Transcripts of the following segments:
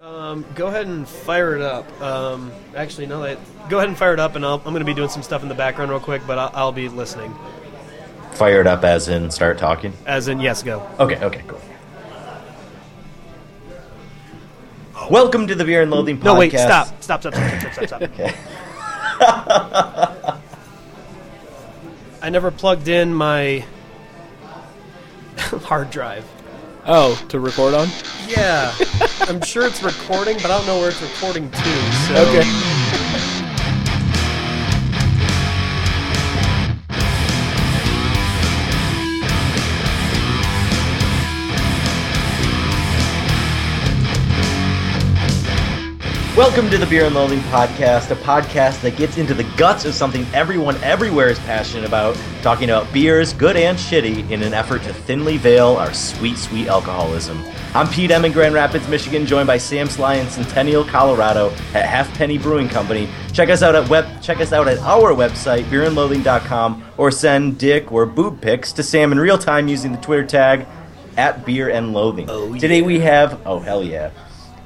Um, go ahead and fire it up. Um, actually, no, that, go ahead and fire it up, and I'll, I'm going to be doing some stuff in the background real quick, but I'll, I'll be listening. Fire it up as in start talking. As in, yes, go. Okay, okay, cool. Welcome to the Beer and Loathing Podcast. No, wait, stop, stop, stop, stop, stop, stop, stop. Okay. I never plugged in my hard drive. Oh, to record on? Yeah, I'm sure it's recording, but I don't know where it's recording to. So. Welcome to the Beer and Loathing Podcast, a podcast that gets into the guts of something everyone everywhere is passionate about, talking about beers, good and shitty, in an effort to thinly veil our sweet, sweet alcoholism. I'm Pete M in Grand Rapids, Michigan, joined by Sam Sly in Centennial, Colorado, at Halfpenny Brewing Company. Check us out at web. Check us out at our website, beerandloathing.com, or send dick or boob pics to Sam in real time using the Twitter tag at Beer and Loathing. Oh, Today yeah. we have oh hell yeah.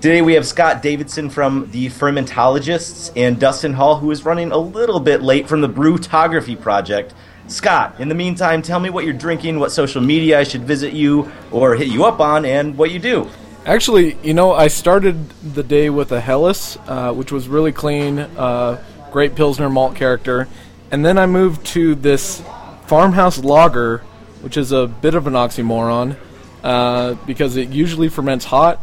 Today we have Scott Davidson from the Fermentologists and Dustin Hall, who is running a little bit late from the Brewtography Project. Scott, in the meantime, tell me what you're drinking, what social media I should visit you or hit you up on, and what you do. Actually, you know, I started the day with a Hellas, uh, which was really clean, uh, great Pilsner malt character. And then I moved to this farmhouse lager, which is a bit of an oxymoron uh, because it usually ferments hot.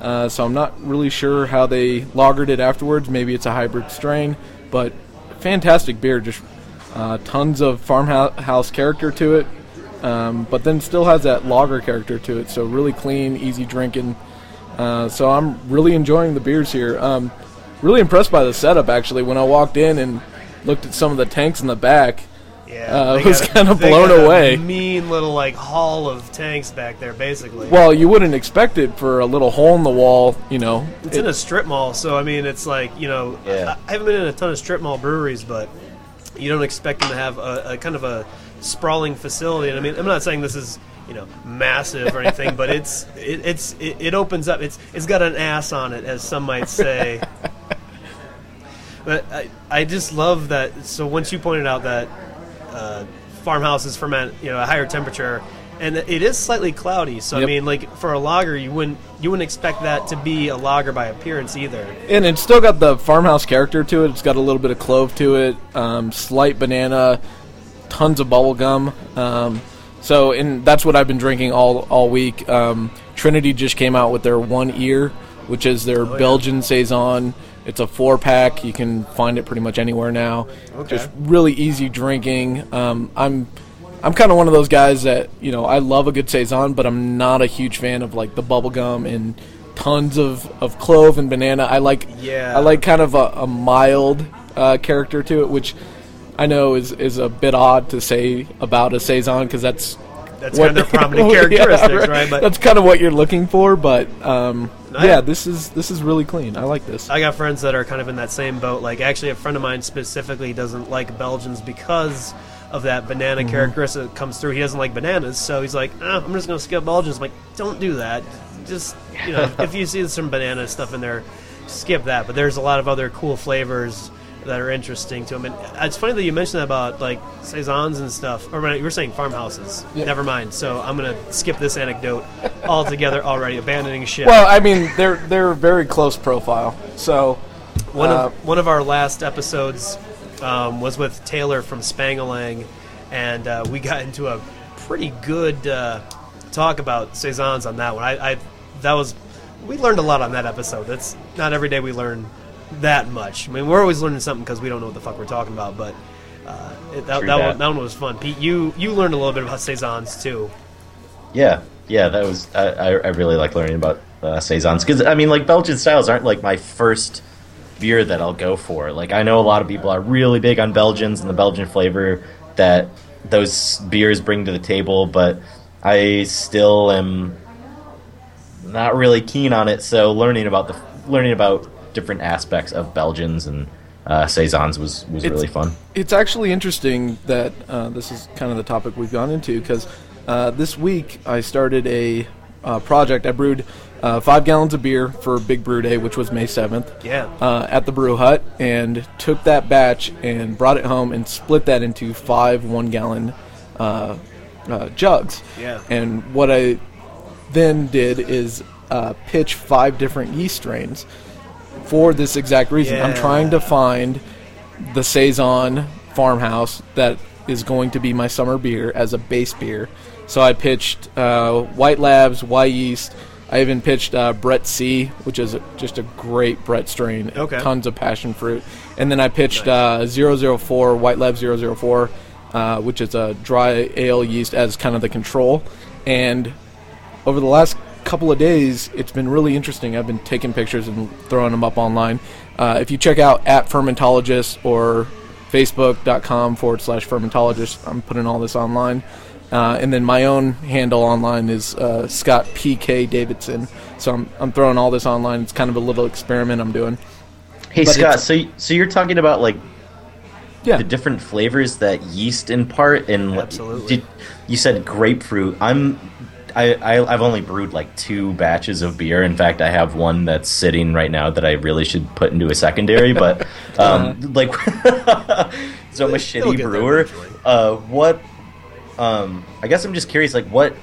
Uh, so I'm not really sure how they lagered it afterwards. Maybe it's a hybrid strain, but fantastic beer. Just uh, tons of farmhouse character to it. um, but then still has that lager character to it. So really clean, easy drinking. Uh, so I'm really enjoying the beers here. Um, really impressed by the setup actually. When I walked in and looked at some of the tanks in the back, Yeah, Uh, they I was got a- kinda they blown got a away. Mean little like hall of tanks back there, basically. well, you wouldn't expect it for a little hole in the wall, you know. it's in a strip mall, so I mean, it's like you know, Yeah. I, I haven't been in a ton of strip mall breweries, but you don't expect them to have a, a kind of a sprawling facility. And I mean, I'm not saying this is you know massive or anything, but it's it, it's it, it opens up. It's it's got an ass on it, as some might say. but I I just love that. So once you pointed out that uh, farmhouses ferment, you know, a higher temperature. And it is slightly cloudy, so I Yep. mean, like for a lager, you wouldn't you wouldn't expect that to be a lager by appearance either. and it's still got the farmhouse character to it. It's got a little bit of clove to it, um, slight banana, tons of bubble gum. Um, so, and that's what I've been drinking all all week. Um, Trinity just came out with their one ear, which is their Belgian saison. It's a four pack. You can find it pretty much anywhere now. Just really easy drinking. Um, I'm I'm kind of one of those guys that you know I love a good saison, but I'm not a huge fan of like the bubble gum and tons of, of clove and banana. I like Yeah. I like kind of a, a mild uh, character to it, which I know is is a bit odd to say about a saison because that's That's kind of their prominent Yeah, characteristics, right? But that's kind of what you're looking for. But um, I- yeah, this is this is really clean. I like this. I got friends that are kind of in that same boat. Like, actually, a friend of mine specifically doesn't like Belgians because of that banana characteristic that comes through. He doesn't like bananas, so he's like, "Ah, I'm just going to skip Belgians. I'm like, don't do that. Just, you know, if you see some banana stuff in there, skip that. But there's a lot of other cool flavors that are interesting to him. And it's funny that you mentioned that about, like, Saisons and stuff. Or, you were saying farmhouses. Never mind. So I'm going to skip this anecdote altogether already, abandoning ship. well, I mean they're they're very close profile, so. One Uh, of one of our last episodes um, was with Taylor from Spangalang, and uh, we got into a pretty good uh, talk about saisons on that one. I, I that was we learned a lot on that episode. That's not every day we learn that much. I mean, we're always learning something because we don't know what the fuck we're talking about, but. Uh, it, that, True that, that. One, that one was fun. Pete, you, you learned a little bit about saisons too. Yeah, yeah, that was I, I I really like learning about uh, saisons because I mean, like Belgian styles aren't like my first beer that I'll go for. Like I know a lot of people are really big on Belgians and the Belgian flavor that those beers bring to the table, but I still am not really keen on it. So learning about the learning about different aspects of Belgians and uh, saisons was was It's- really fun. It's actually interesting that uh, this is kind of the topic we've gone into because uh, this week I started a uh, project. I brewed uh, five gallons of beer for Big Brew Day, which was May 7th, Yeah. uh, at the Brew Hut, and took that batch and brought it home and split that into five one gallon uh, uh, jugs. Yeah. And what I then did is uh, pitch five different yeast strains for this exact reason. I'm Yeah. trying to find the saison farmhouse that is going to be my summer beer as a base beer. So I pitched uh, White Labs, Y Yeast. I even pitched uh, Brett C, which is just a great Brett strain. Okay. Tons of passion fruit. And then I pitched uh, 004, White Lab 004, uh, which is a dry ale yeast as kind of the control. And over the last couple of days, it's been really interesting. I've been taking pictures and throwing them up online. Uh, if you check out at fermentologist or facebook.com forward slash fermentologist, I'm putting all this online. Uh, and then my own handle online is uh, Scott PK Davidson. So I'm, I'm throwing all this online. It's kind of a little experiment I'm doing. Hey But Scott, it's- so y- so you're talking about like Yeah. the different flavors that yeast impart and like, Absolutely. did- you said grapefruit i'm I, I i've only brewed like two batches of beer in fact i have one that's sitting right now that i really should put into a secondary but um like so i'm a They'll shitty get there brewer eventually. uh what um i guess i'm just curious like what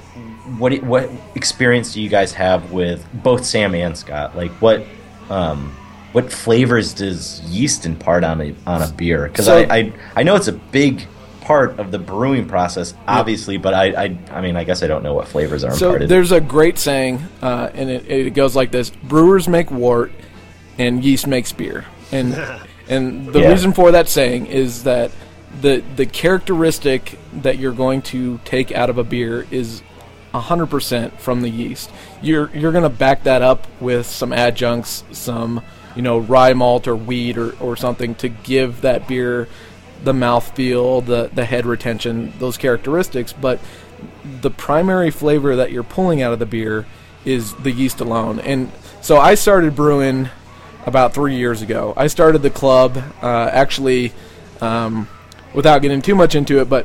what what experience do you guys have with both sam and scott like what um what flavors does yeast impart on a on a beer? Because So- I, I I know it's a big part of the brewing process, obviously, but I, I I mean I guess I don't know what flavors are So imparted. there's a great saying, uh, and it, it goes like this: Brewers make wort, and yeast makes beer. And and the Yeah. reason for that saying is that the the characteristic that you're going to take out of a beer is 100% from the yeast. You're you're going to back that up with some adjuncts, some you know rye malt or wheat or, or something to give that beer the mouthfeel, the the head retention, those characteristics, but the primary flavor that you're pulling out of the beer is the yeast alone. And so I started brewing about three years ago. I started the club uh, actually um, without getting too much into it, but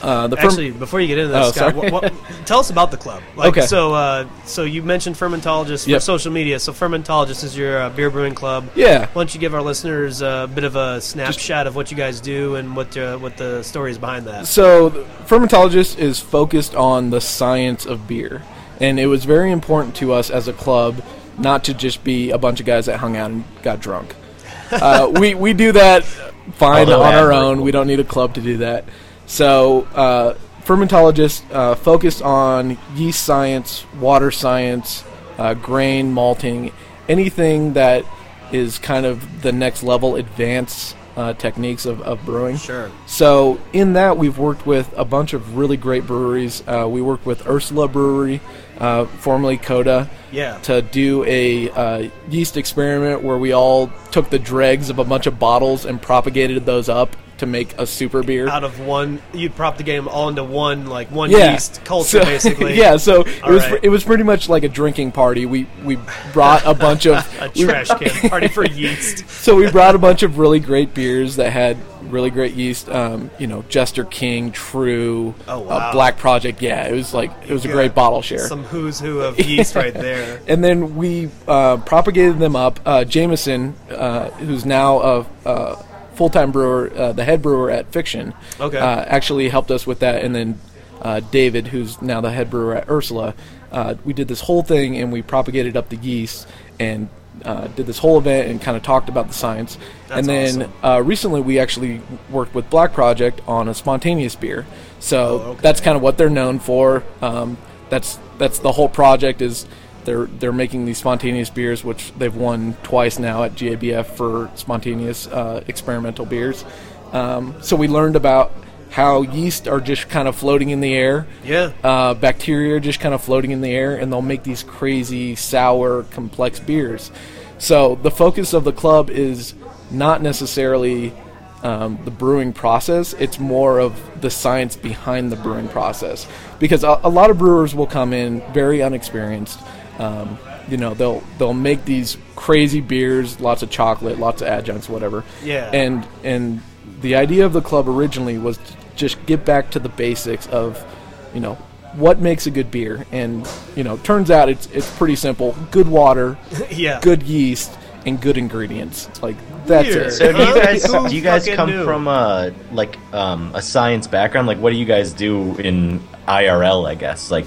uh, the firm- Actually, before you get into that, Oh, Scott, sorry. what, what, tell us about the club. Like, Okay. So, uh, so you mentioned Fermentologist for Yep. social media. So, Fermentologist is your uh, beer brewing club. Why yeah, don't you give our listeners a bit of a snapshot of what you guys do and what uh, what the story is behind that? So, the Fermentologist is focused on the science of beer. And it was very important to us as a club not to just be a bunch of guys that hung out and got drunk. Uh, we, we do that fine Although on our admirable. own. We don't need a club to do that. So, uh, Fermentologist uh, focused on yeast science, water science, uh, grain, malting, anything that is kind of the next level advanced uh, techniques of, of brewing. Sure. So in that, we've worked with a bunch of really great breweries. Uh, we worked with Ursula Brewery, uh, formerly Coda, Yeah. to do a uh, yeast experiment where we all took the dregs of a bunch of bottles and propagated those up to make a super beer. Out of one, you prop the game all into one like one yeah. yeast culture, So- basically. yeah, so it All was right. it was pretty much like a drinking party. We we brought a bunch of A we- trash can party for yeast. so we brought a bunch of really great beers that had really great yeast. Um, you know, Jester King, True, Oh, uh, wow. Black Project. Yeah, it was like it was a Yeah. great bottle share. Some who's who of yeast right there. and then we uh, propagated them up. Uh, Jameson, uh, who's now a, a full-time brewer, uh, the head brewer at Fiction, Okay. uh, actually helped us with that. And then uh, David, who's now the head brewer at Ursula, uh, we did this whole thing and we propagated up the yeast and uh, did this whole event and kind of talked about the science. That's and then awesome. uh, recently we actually worked with Black Project on a spontaneous beer. So Oh, okay. that's kind of what they're known for. Um, that's that's the whole project is they're they're making these spontaneous beers, which they've won twice now at GABF for spontaneous uh, experimental beers. Um, so we learned about how yeast are just kind of floating in the air. Yeah. Uh, bacteria are just kind of floating in the air, and they'll make these crazy, sour, complex beers. So the focus of the club is not necessarily um, the brewing process; it's more of the science behind the brewing process. Because a, a lot of brewers will come in very unexperienced. Um, you know, they'll they'll make these crazy beers, lots of chocolate, lots of adjuncts, whatever. Yeah. And and and the idea of the club originally was to just get back to the basics of you know what makes a good beer, and you know, turns out it's it's pretty simple: good water, yeah. good yeast, and good ingredients. Like that's Weird. it. So do you Huh? guys Who do you guys fucking come knew? from a like um, a science background? Like, what do you guys do in IRL? I guess like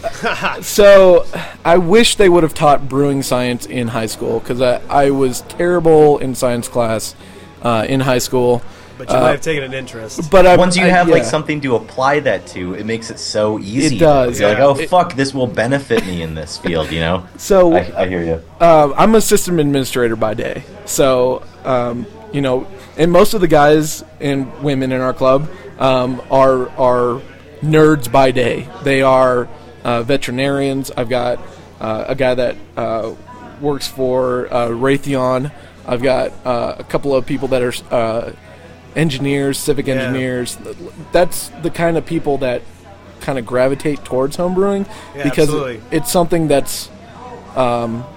So, I wish they would have taught brewing science in high school because I, I was terrible in science class uh, in high school. But you Uh, might have taken an interest. But I, once you I- have like Uh, yeah. something to apply that to, it makes it so easy. It does. You're like, Yeah. oh It- fuck, this will benefit me in this field. You know. So I, I hear you. uh, I'm a system administrator by day. So, um, you know, and most of the guys and women in our club um, are are nerds by day. They are uh, veterinarians. I've got uh, a guy that uh, works for uh, Raytheon. I've got uh, a couple of people that are uh, engineers, civic engineers. That's the kind of people that kind of gravitate towards homebrewing Yeah, because absolutely. it's something that's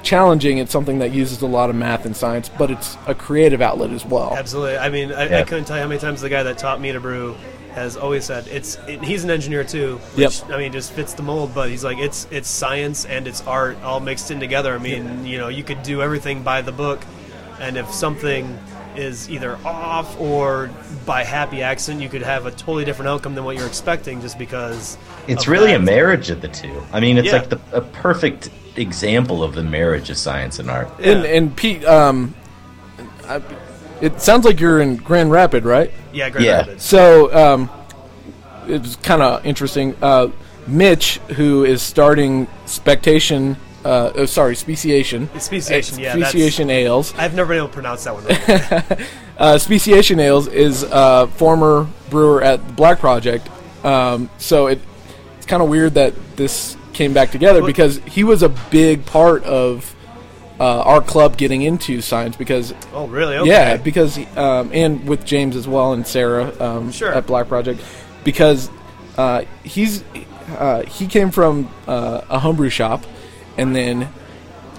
challenging. It's something that uses a lot of math and science, but it's a creative outlet as well. Absolutely. I mean, I, I Yeah. couldn't tell you how many times the guy that taught me to brew has always said it's. It, he's an engineer too, which Yep. I mean just fits the mold. But he's like it's it's science and it's art all mixed in together. I mean, you know, you could do everything by the book, and if something is either off or by happy accident, you could have a totally different outcome than what you're expecting just because It's of really that. a marriage of the two. I mean, it's Yeah. like the a perfect example of the marriage of science and art. And and Pete, um, I, it sounds like you're in Grand Rapid, right? Yeah, great. Yeah. methods. So um, it was kind of interesting. Uh, Mitch, who is starting spectation, uh, oh, sorry, speciation, Speciation, Uh, yeah, that's- speciation ales. I've never been able to pronounce that one. Right. Uh, Speciation Ales is a former brewer at the Black Project, um, so it, it's kind of weird that this came back together Well- because he was a big part of uh, our club getting into science because oh, really? Okay. yeah because um, and with James as well and Sarah um, Sure. at Black Project because uh, he's uh, he came from uh, a homebrew shop and then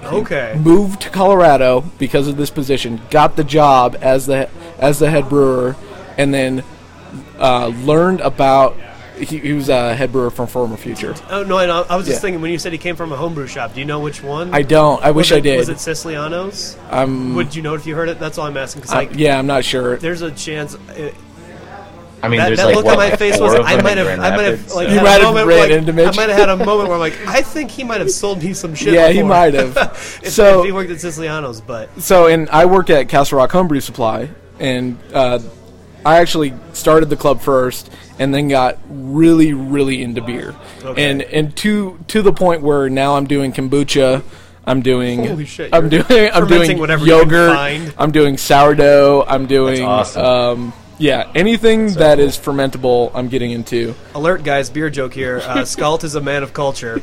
Okay. moved to Colorado because of this position, got the job as the as the head brewer, and then uh, learned about he, he was a head brewer from Former Future. Oh no! I, know. I was just Yeah. thinking when you said he came from a homebrew shop. Do you know which one? I don't. I wish was it, I did. Was it Siciliano's? I'm- Would you know if you heard it? That's all I'm asking. Because I- like, yeah, I'm not sure. there's a chance. It, I mean, that there's that like look what, on my like, face four was of I them might in have Grand I might have Rapids, like so- You had might a have moment ran where, like, into Mitch. I might have had a moment where I'm like I think he might have sold me some shit. Yeah, he before. might have. if, So- if he worked at Siciliano's, but So, and I work at Castle Rock Homebrew Supply, and uh, I actually started the club first, and then got really, really into beer, Okay. and and to to the point where now I'm doing kombucha, I'm doing Holy shit, I'm you're doing I'm fermenting doing whatever you can yogurt, find. I'm doing sourdough, I'm doing awesome. um, yeah anything that is cool. fermentable, I'm getting into. alert guys, beer joke here. Uh, Skalt is a man of culture.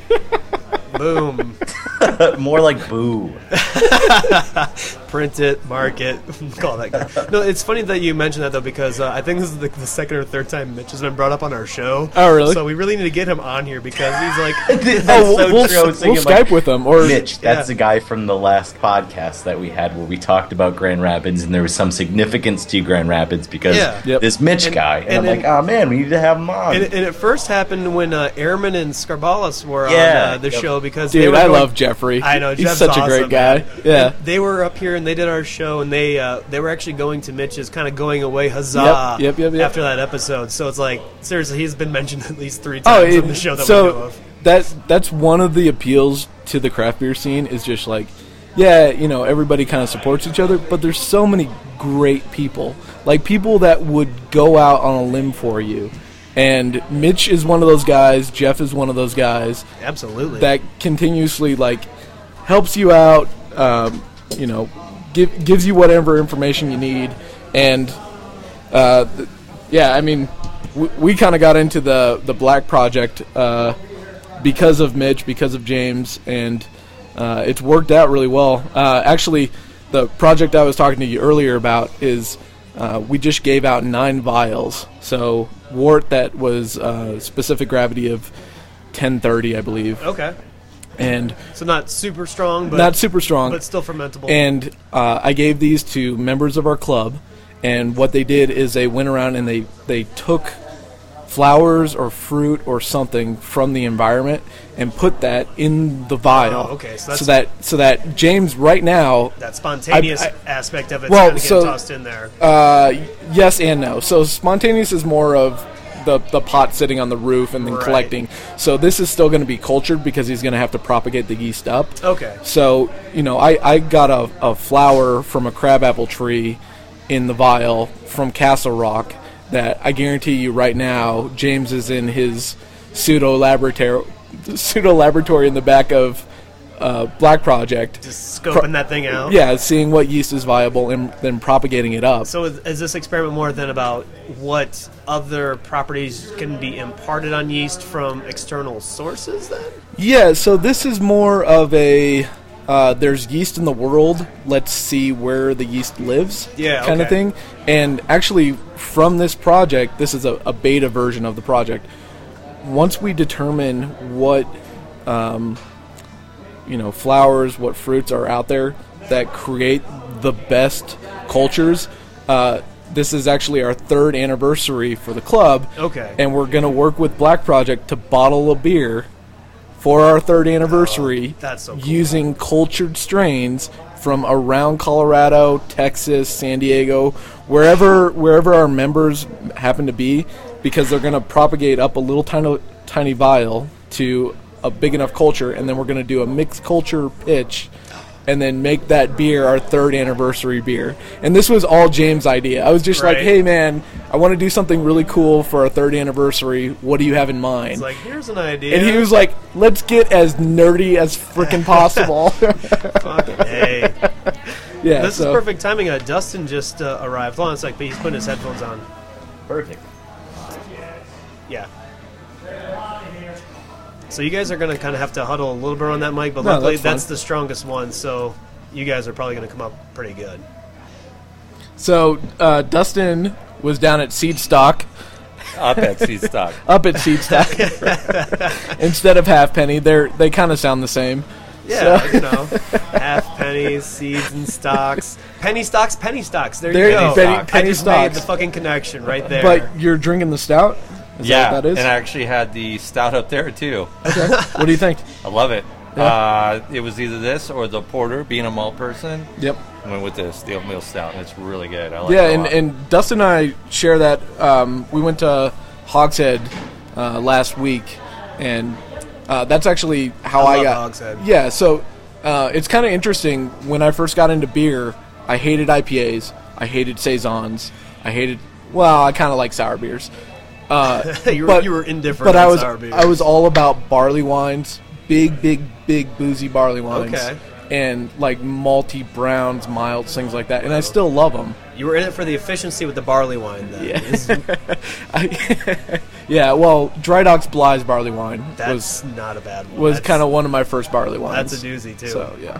Boom. More like boo. print it, mark it, call that guy. No, it's funny that you mentioned that though because uh, I think this is the, the second or third time Mitch has been brought up on our show. Oh, really? So we really need to get him on here because he's like, That's Oh, so we'll, true. I was we'll thinking, like, Skype with them or Mitch, that's Yeah. the guy from the last podcast that we had where we talked about Grand Rapids and there was some significance to Grand Rapids because Yeah. Yep. this Mitch And- guy. And, and I'm then- like, oh man, we need to have him on. and, it- and it first happened when uh, Airman and Scarbalis were on Yeah. uh, the Yep. show because they Dude, were I going- love Jeffrey. I know he's Jeff's such a awesome, great guy. man. Yeah. They were up here and they did our show and they uh, they were actually going to Mitch's kind of going away huzzah Yep, yep, yep, yep. after that episode. So it's like seriously, he's been mentioned at least three Oh, times it- on the show that so we know of. that that's one of the appeals to the craft beer scene is just like, yeah, you know, everybody kind of supports each other, but there's so many great people, like people that would go out on a limb for you, and Mitch is one of those guys. Jeff is one of those guys Absolutely. that continuously like helps you out. Um, you know, give, gives you whatever information you need, and uh, th- yeah, I mean, we, we kind of got into the the Black Project uh, because of Mitch, because of James, and uh, it's worked out really well. Uh, actually, the project I was talking to you earlier about is. Uh, we just gave out nine vials, so wort that was uh, specific gravity of 1030, I believe, okay. and So not super strong, but not super strong. but still fermentable. And uh, I gave these to members of our club, and what they did is they went around and they they took flowers or fruit or something from the environment and put that in the vial. Oh, okay, so that's- that so that James right now That spontaneous I- I- aspect of it's Well, kind of so- getting tossed in there. Uh, yes and no. So spontaneous is more of the the pot sitting on the roof and then Right. collecting. So this is still going to be cultured because he's going to have to propagate the yeast up. Okay. So you know, I I got a a flower from a crabapple tree in the vial from Castle Rock that I guarantee you right now James is in his pseudo laboratory pseudo laboratory in the back of uh, Black Project. Just scoping that thing out. yeah, seeing what yeast is viable and then propagating it up. So is, is this experiment more than about what other properties can be imparted on yeast from external sources? Then Yeah, so this is more of a uh, there's yeast in the world. Let's see where the yeast lives. Yeah, kind of okay. thing. And actually, from this project, this is a, a beta version of the project. Once we determine what um, you know flowers, what fruits are out there that create the best cultures. Uh, this is actually our third anniversary for the club. Okay. And we're going to work with Black Project to bottle a beer for our third anniversary Oh, that's so cool. using cultured strains from around Colorado, Texas, San Diego, wherever wherever our members happen to be because they're going to propagate up a little tiny tiny vial to a big enough culture and then we're going to do a mixed culture pitch and then make that beer our third anniversary beer. And this was all James' idea. I was just like, Right. "Hey man, I want to do something really cool for our third anniversary. What do you have in mind?" it's like here's an idea. And he was like, "Let's get as nerdy as freaking possible." Fucking hey, yeah, this so is perfect timing. Uh, Dustin just uh, arrived. Hold on a sec, but he's putting his headphones on. Perfect. Yeah. So you guys are gonna kind of have to huddle a little bit on that mic, but No, luckily that's fine. that's the strongest one. So you guys are probably gonna come up pretty good. So uh, Dustin was down at Seedstock, Up at Seedstock. up at Seedstock, instead of Halfpenny. They they kind of sound the same. Yeah, you know, half pennies, seeds, and stocks. Penny stocks, penny stocks. There, There you you go. penny- I penny just made stocks. the fucking connection right there. But you're drinking the stout. Is yeah, that what that is. and I actually had the stout up there too. Okay. what do you think? I love it. Yeah. Uh, it was either this or the porter. Being a malt person, Yep. I went with this, the oatmeal stout, and it's really good. I like Yeah, it a and, lot. and Dustin and I share that. Um, we went to Hogshead uh, last week, and uh, that's actually how I I, love got. Hogshead. Yeah, so uh, it's kind of interesting. When I first got into beer, I hated IPAs, I hated saisons, I hated. Well, I kind of like sour beers. Uh, you, were, but- you were indifferent. but on I was sour beer. I was all about barley wines, big, big, big boozy barley wines, Okay. and like malty browns, milds, things like that. And I still love them. You were in it for the efficiency with the barley wine. Then. Yeah. It's- I, yeah, well, Dry Doc's Bly's barley wine that's was not a bad one. was That's- kind of one of my first barley wines. That's a doozy, too. So yeah,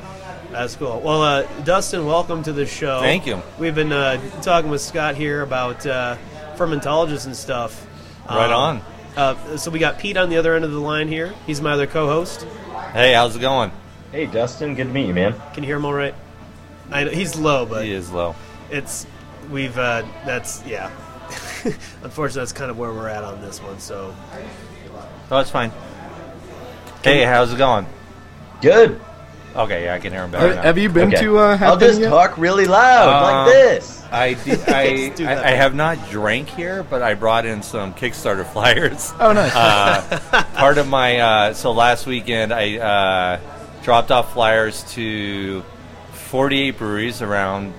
That's cool. Well, uh, Dustin, welcome to the show. Thank you. We've been uh, talking with Scott here about uh, fermentologists and stuff. Right on. Uh, so we got Pete on the other end of the line here. He's my other co-host. hey, how's it going? Hey, Dustin. Good to meet you, man. Can you hear him all right? I know, he's low, but He is low. it's we've uh, that's yeah. Unfortunately, that's kind of where we're at on this one. So Oh, it's fine. Hey, how's it going? Good. Okay, yeah, I can hear him better. have, now. have you been Okay. to? Uh, I'll Halfpenny just yet? talk really loud Uh, like this. I, d- Let's do I, that. I, I have not drank here, but I brought in some Kickstarter flyers. Oh, nice. Uh, part of my uh, so last weekend I uh, dropped off flyers to 48 breweries around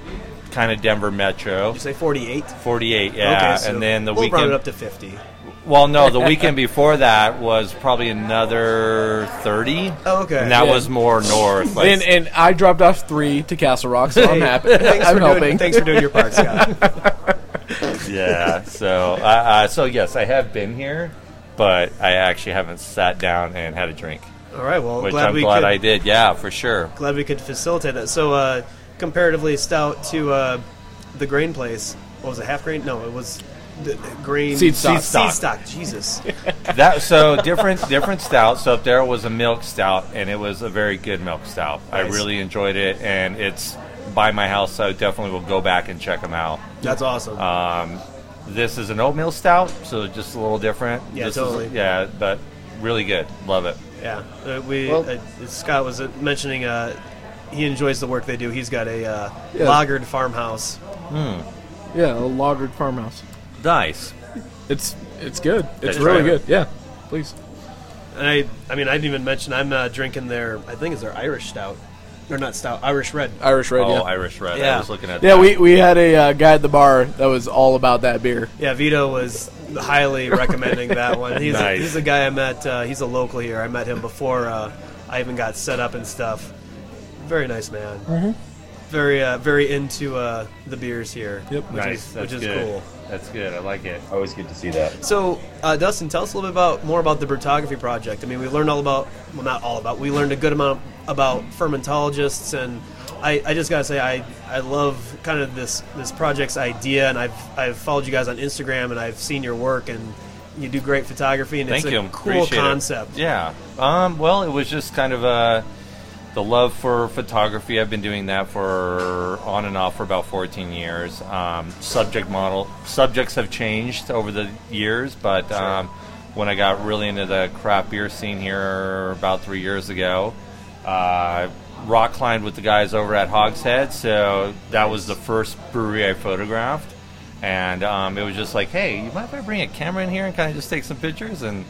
kind of Denver metro. you say forty-eight. 48, yeah, okay, so and then the we'll round weekend. it up to fifty. well, no, the weekend before that was probably another 30. Oh, okay. and that Yeah. was more north. Like, and, and I dropped off three to Castle Rock, so Hey, I'm happy. Thanks I'm for helping. Doing, thanks for doing your part, Scott. yeah. So, uh, uh, so yes, I have been here, but I actually haven't sat down and had a drink, All right. Well, which glad I'm we glad could, I did. Yeah, for sure. glad we could facilitate that. So, uh, comparatively stout to uh, the grain place. What was it? Half grain? No, it was the grain Seed stock. Seed stock. Jesus. That so different different stout. So up there was a milk stout, and it was a very good milk stout. I Nice. really enjoyed it, and it's by my house, so I definitely will go back and check them out. That's awesome. Um, This is an oatmeal stout, so just a little different. Yeah, This is- totally. yeah, but really good. Love it. Yeah, uh, we Well- uh, Scott was uh, mentioning uh, he enjoys the work they do. He's got a uh, Yeah. lagered farmhouse. Yeah, a lagered farmhouse. Nice. It's it's good. It's That's really right. good. Yeah, please. And I, I mean, I didn't even mention I'm uh, drinking their, I think it's their Irish stout, or not stout, Irish red. Irish red. oh, yeah. Irish red. I Yeah. was looking at. yeah, that. we, we had a uh, guy at the bar that was all about that beer. Yeah, Vito was highly recommending that one. He's, Nice. a, he's a guy I met. Uh, he's a local here. I met him before uh, I even got set up and stuff. Very nice man. Very, uh, very into uh, the beers here. Yep. which nice. is, That's which is good. cool. That's good. I like it. Always good to see that. So, uh, Dustin, tell us a little bit about more about the Brutography Project. I mean, we learned all about, well, not all about. We learned a good amount about fermentologists, and I, I just gotta say, I, I love kind of this this project's idea, and I've I've followed you guys on Instagram, and I've seen your work, and you do great photography, and Thank it's you. a cool Appreciate it. concept. Yeah. Um, well, it was just kind of uh the love for photography. I've been doing that for on and off for about 14 years. Um, subject model subjects have changed over the years, but um, when I got really into the craft beer scene here about three years ago, uh, I rock climbed with the guys over at Hogshead, so that was the first brewery I photographed. And um, it was just like, hey, you mind if I bring a camera in here and kind of just take some pictures? And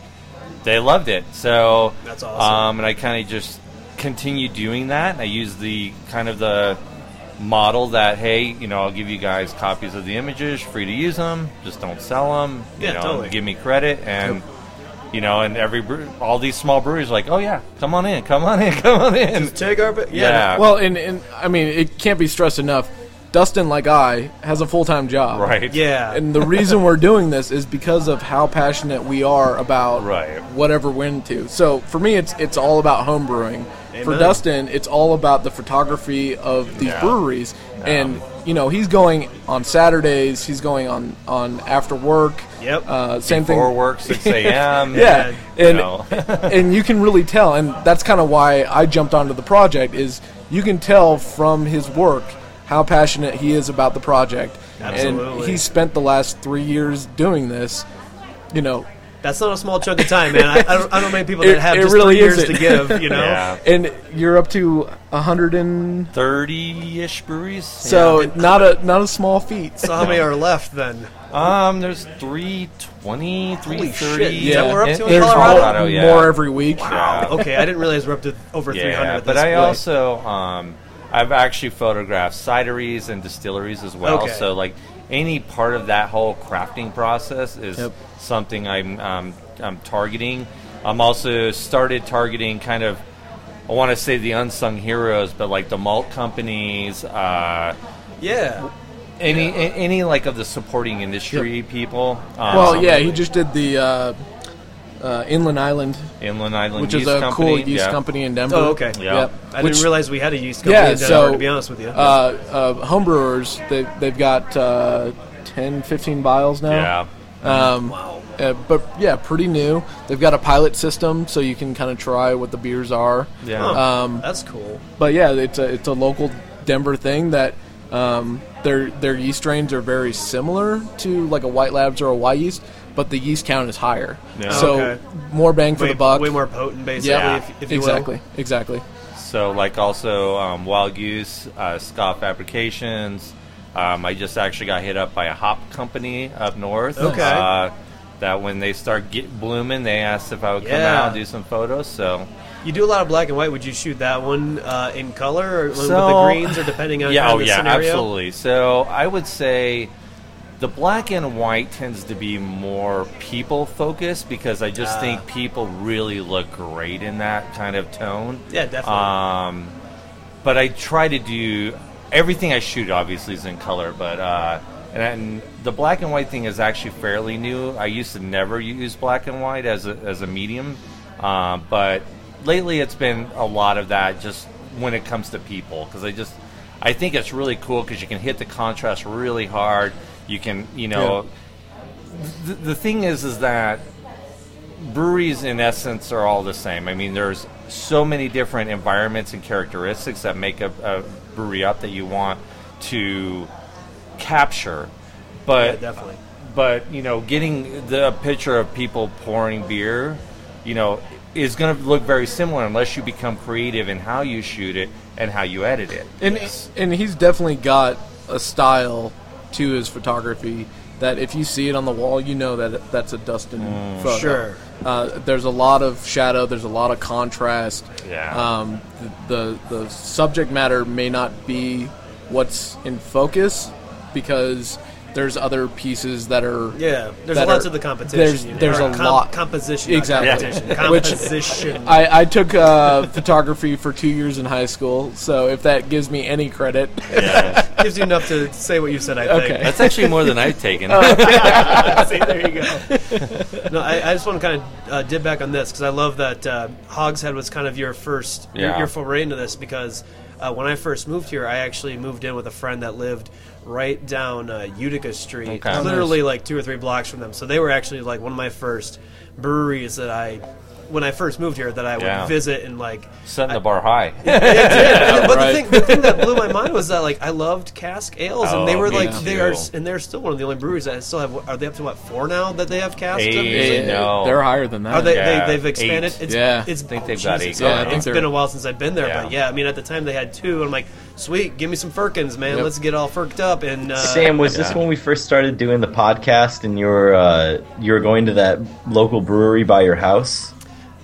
they loved it. So That's awesome. Um, and I kind of just continue doing that. I use the kind of the model that hey, you know, I'll give you guys copies of the images, free to use them. Just don't sell them. You Yeah, know, totally. Give me credit and. You know, and every bre- all these small breweries are like, oh yeah, come on in, come on in, come on in. Take our pi- Yeah. Well, and, and I mean, it can't be stressed enough. Dustin, like I, has a full time job. right. yeah. And the reason we're doing this is because of how passionate we are about Right. whatever we're into. So for me, it's it's all about home brewing. For Amen. Dustin, it's all about the photography of these Yeah. breweries. And you know, he's going on Saturdays. He's going on on after work. Yep. Uh, same Before thing. work, six a.m. Yeah, you and know. and you can really tell, and that's kind of why I jumped onto the project. Is you can tell from his work how passionate he is about the project, and Absolutely. he spent the last three years doing this. You know, That's not a small chunk of time, man. I, I, don't, I don't know many people It- that have it just really three years isn't. to give. You know, Yeah. and you're up to a hundred and Thirty-ish breweries. so not a not a small feat. so how many are left then? Um, there's 320, Holy 330. shit, is that what we're up to in There's Colorado? more, yeah. more every week. Yeah. Okay, I didn't realize we're up to over Yeah, 300. at but this I point. also um, I've actually photographed cideries and distilleries as well. Okay. So like any part of that whole crafting process is Yep. something I'm um, I'm targeting. I'm also started targeting kind of I want to say the unsung heroes, but like the malt companies. Uh, yeah. any a- any like of the supporting industry people. Um, Well, yeah, he just did the uh, uh, Inland Island, Inland Island which Yeast is a Company. cool yeast yeah. company in Denver. Oh, okay. Yeah. Yep. I Which- didn't realize we had a yeast company Yeah, in Denver, so to be honest with you. uh, uh, homebrewers they they've got uh, 10, 15 vials now. Yeah. Um, Wow. uh, but yeah, pretty new. They've got a pilot system, so you can kind of try what the beers are. Yeah. Huh, um, That's cool. But yeah, it's a it's a local Denver thing that um, their their yeast strains are very similar to like a White Labs or a Y yeast, but the yeast count is higher. Yeah. So Okay. more bang for way, the buck. way more potent, basically, Yeah, if, if you will. exactly, exactly. So, like, also um, Wild Goose, uh, Scott Fabrications. Um, I just actually got hit up by a hop company up north. Okay. Uh, that when they start get blooming, they asked if I would come Yeah. out and do some photos. So, You do a lot of black and white. Would you shoot that one uh, in color or with So- the greens, or depending on yeah, kind oh of the yeah, scenario? absolutely. So I would say the black and white tends to be more people focused because I just Ah. think people really look great in that kind of tone. Yeah, definitely. Um, but I try to do everything I shoot. Obviously, is in color, but uh, and, and the black and white thing is actually fairly new. I used to never use black and white as a, as a medium, um, but lately it's been a lot of that. Just when it comes to people, because I just I think it's really cool because you can hit the contrast really hard. You can you know. The, the thing is, is that breweries in essence are all the same. I mean, there's so many different environments and characteristics that make a, a brewery up that you want to capture. yeah, But definitely. but you know, getting the picture of people pouring beer, you know, is going to look very similar unless you become creative in how you shoot it and how you edit it. And and he's definitely got a style to his photography that if you see it on the wall, you know that that's a Dustin Mm. photo. Sure. Uh, there's a lot of shadow. There's a lot of contrast. Yeah. Um, the, the the subject matter may not be what's in focus because there's other pieces that are Yeah, there's that lots are- of the competition. There's you know, there's or a com- lot composition, not exactly. competition, Which- composition. I, I took uh, photography for two years in high school, so if that gives me any credit, Yeah. gives you enough to say what you said. I think. Okay. That's actually more than I've taken. See, there you go. No, I, I just want to kind of uh, dip back on this because I love that uh, Hogshead was kind of your first your, Yeah. your foray into this because uh, when I first moved here, I actually moved in with a friend that lived right down uh, Utica Street, Okay. Oh, literally like two or three blocks from them. So they were actually like one of my first breweries that I. When I first moved here, that I would Yeah. visit and like, Setting the bar high. but the right. thing, the thing that blew my mind was that like I loved cask ales, and they Oh, were me like they are, too. s- and they're still one of the only breweries that still have. Are they up to what four now that they have cask? Eight. Is it- No. they're higher than that. Are they, Yeah, they they've eight. expanded? It's, Yeah. it's, oh, I think they've got Jesus, eight yeah, going it's on. been a while since I've been there, but Yeah. yeah, I mean at the time they had two, and I'm like, sweet, give me some Firkins, man. Yep. Let's get all firked up and uh, Sam, was this yeah. when we first started doing the podcast, and you were uh, you were going to that local brewery by your house?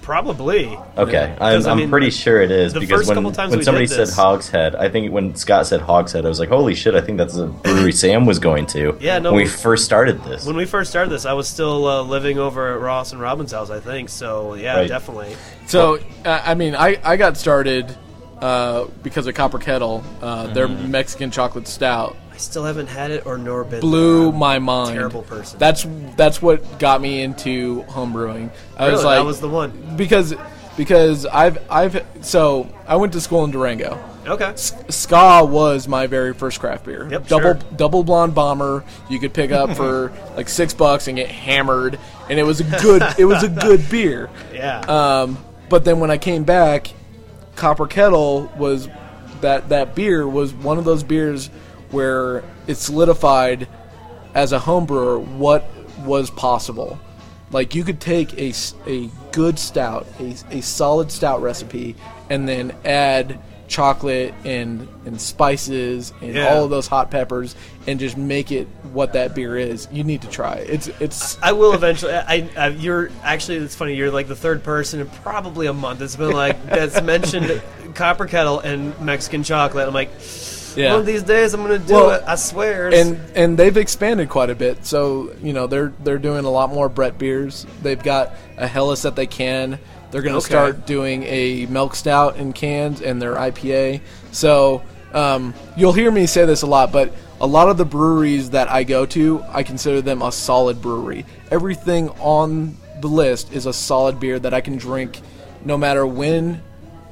probably. Okay, I'm, 'Cause, I I'm mean, pretty sure it is the because first when couple times when we somebody did said this- Hogshead, I think when Scott said Hogshead, I was like, "Holy shit!" I think that's the brewery Sam was going to. Yeah, no, When we we- first started this, When we first started this, I was still uh, living over at Ross and Robin's house, I think. So yeah, Right. definitely. So, uh, I mean, I, I got started uh, because of Copper Kettle, uh, their Mm. Mexican chocolate stout. I still haven't had it or nor been. Blew there. my mind. Terrible person. That's that's what got me into homebrewing. I Really, was like, that was the one. because because I've I've so I went to school in Durango. Okay. Ska was my very first craft beer. Yep, sure. double double blonde bomber you could pick up for like six bucks and get hammered, and it was a good it was a good beer. Yeah. Uh, Um, but then when I came back, Copper Kettle was that that beer was one of those beers where it solidified as a home brewer what was possible. Like you could take a, s- a good stout, a, a solid stout recipe, and then add chocolate and and spices and Yeah. all of those hot peppers and just make it what that beer is. You need to try it. It's it's I will eventually. I, I you're actually it's funny. You're like the third person in probably a month that's been like that's mentioned copper kettle and Mexican chocolate. I'm like, Yeah. one of these days I'm gonna do Well, it. I swear. and and they've expanded quite a bit. So you know they're they're doing a lot more Brett beers. They've got a Hellas that they can. They're going to Okay. start doing a milk stout in cans and their IPA. So um, you'll hear me say this a lot, but a lot of the breweries that I go to, I consider them a solid brewery. Everything on the list is a solid beer that I can drink no matter when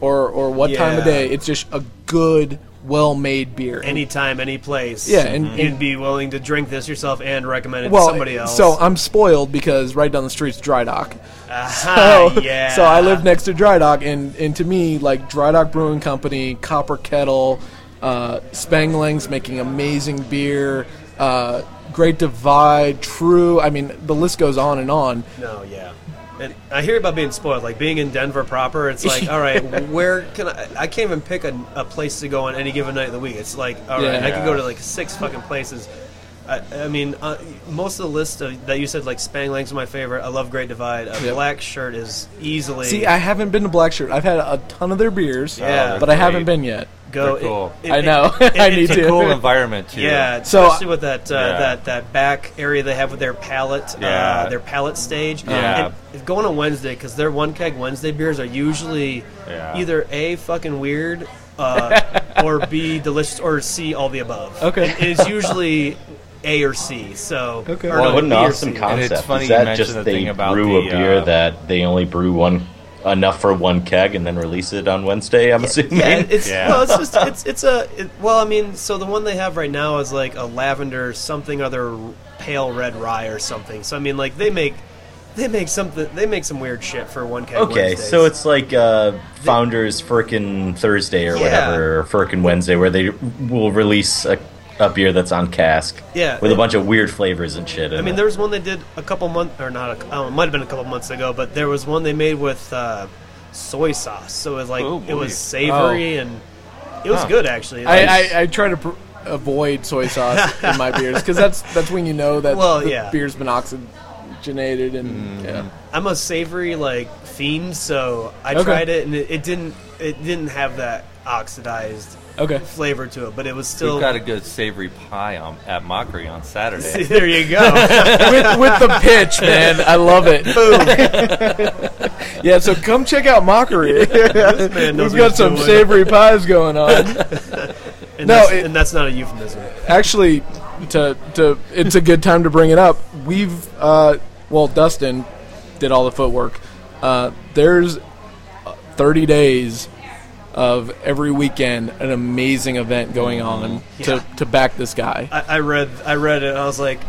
or or what time of Yeah. day. It's just a good, well-made beer. anytime, any place. Yeah, and- you'd be willing to drink this yourself and recommend it to somebody else. So I'm spoiled because right down the street's Dry Dock. Aha, So- Ah, yeah. So I live next to Dry Dock, and, and to me, like Dry Dock Brewing Company, Copper Kettle, uh, Spanglings making amazing beer, uh, Great Divide, True. I mean, the list goes on and on. No, yeah. And I hear about being spoiled, like being in Denver proper. It's like, all right, where can I? I can't even pick a, a place to go on any given night of the week. It's like, all right, I could go to like six fucking places. I, I mean, uh, most of the list of, that you said, like Spanglang's my favorite. I love Great Divide. A Yep. Black Shirt is easily See, I haven't been to Black Shirt. I've had a ton of their beers, Yeah. but I haven't Great. been yet. go. They're cool. I know. I need it's a to. It's a cool environment too. Yeah, So- especially with that uh, Yeah. that that back area they have with their pallet, uh, Yeah. their pallet stage. Yeah. and going on Wednesday because their one keg Wednesday beers are usually Yeah. either a fucking weird, uh, or b delicious, or c all the above. Okay. it is usually a or c. So Okay. or Well, no, what an B or awesome C. And it's concept! funny is you that mentioned just the they thing about brew the, a beer uh, that they only brew one enough for one keg and then release it on Wednesday? I'm assuming. Yeah, it's Yeah. well, it's just it's it's a it, well, I mean, so the one they have right now is like a lavender something other r- pale red rye or something. So I mean, like they make they make something they make some weird shit for one keg. Okay, Wednesdays. so it's like uh, Founders Firkin Thursday or Yeah. whatever, or Firkin Wednesday, where they will release a a beer that's on cask. Yeah. With a bunch of weird flavors and shit. In I mean, it. there was one they did a couple months, or not, a, I don't know, it might have been a couple months ago, but there was one they made with uh, soy sauce. So it was like, Oh, it boy. Oh. was savory and it was Huh. good, actually. Like, I, I, I try to pr- avoid soy sauce in my beers because that's that's when you know that Well, the yeah. beer's been oxygenated and yeah. I'm a savory, like, fiend, so I Okay. tried it and it, it didn't, it didn't have that oxidized Okay. flavor to it, but it was still. We've got a good savory pie on, at Mockery on See, Saturday. there you go. with, with the pitch, man. I love it. yeah, so come check out Mockery. man knows We've got what he's some doing. savory pies going on. And, No, that's, it- and that's not a euphemism. Actually, to to it's a good time to bring it up. We've uh, well, Dustin did all the footwork. Uh, there's uh, 30 days of every weekend an amazing event going on Yeah. to, to back this guy. I, I read I read it and I was like,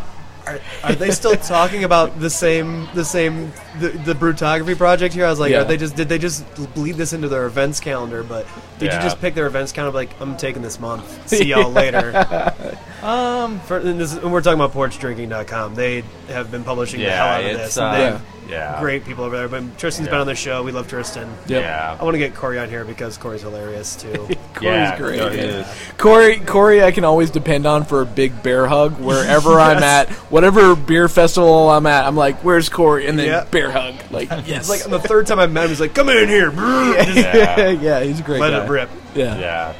are, are they still talking about the same the same the, the brutography project here? I was like, Yeah. are they just did they just bleed this into their events calendar? But did Yeah. you just pick their events calendar? Like, I'm taking this month. See y'all later. um, for, and, this, and we're talking about porchdrinking.com. They have been publishing the hell yeah, out of it's this. uh, and Yeah. they yeah, Great people over there. But Tristan's Yeah. been on the show. We love Tristan. I Yep. Yeah, want to get Corey on here because Corey's hilarious too. Corey's yeah, great. no, he Yeah. is. Corey, Corey, I can always depend on for a big bear hug wherever I'm at, whatever beer festival I'm at. I'm like, "Where's Corey?" And then Yeah. bear hug, like yes, It's like on the third time I met him, he's like, "Come in here, brr," just Yeah. yeah, he's a great. let guy. it rip." Yeah. Yeah.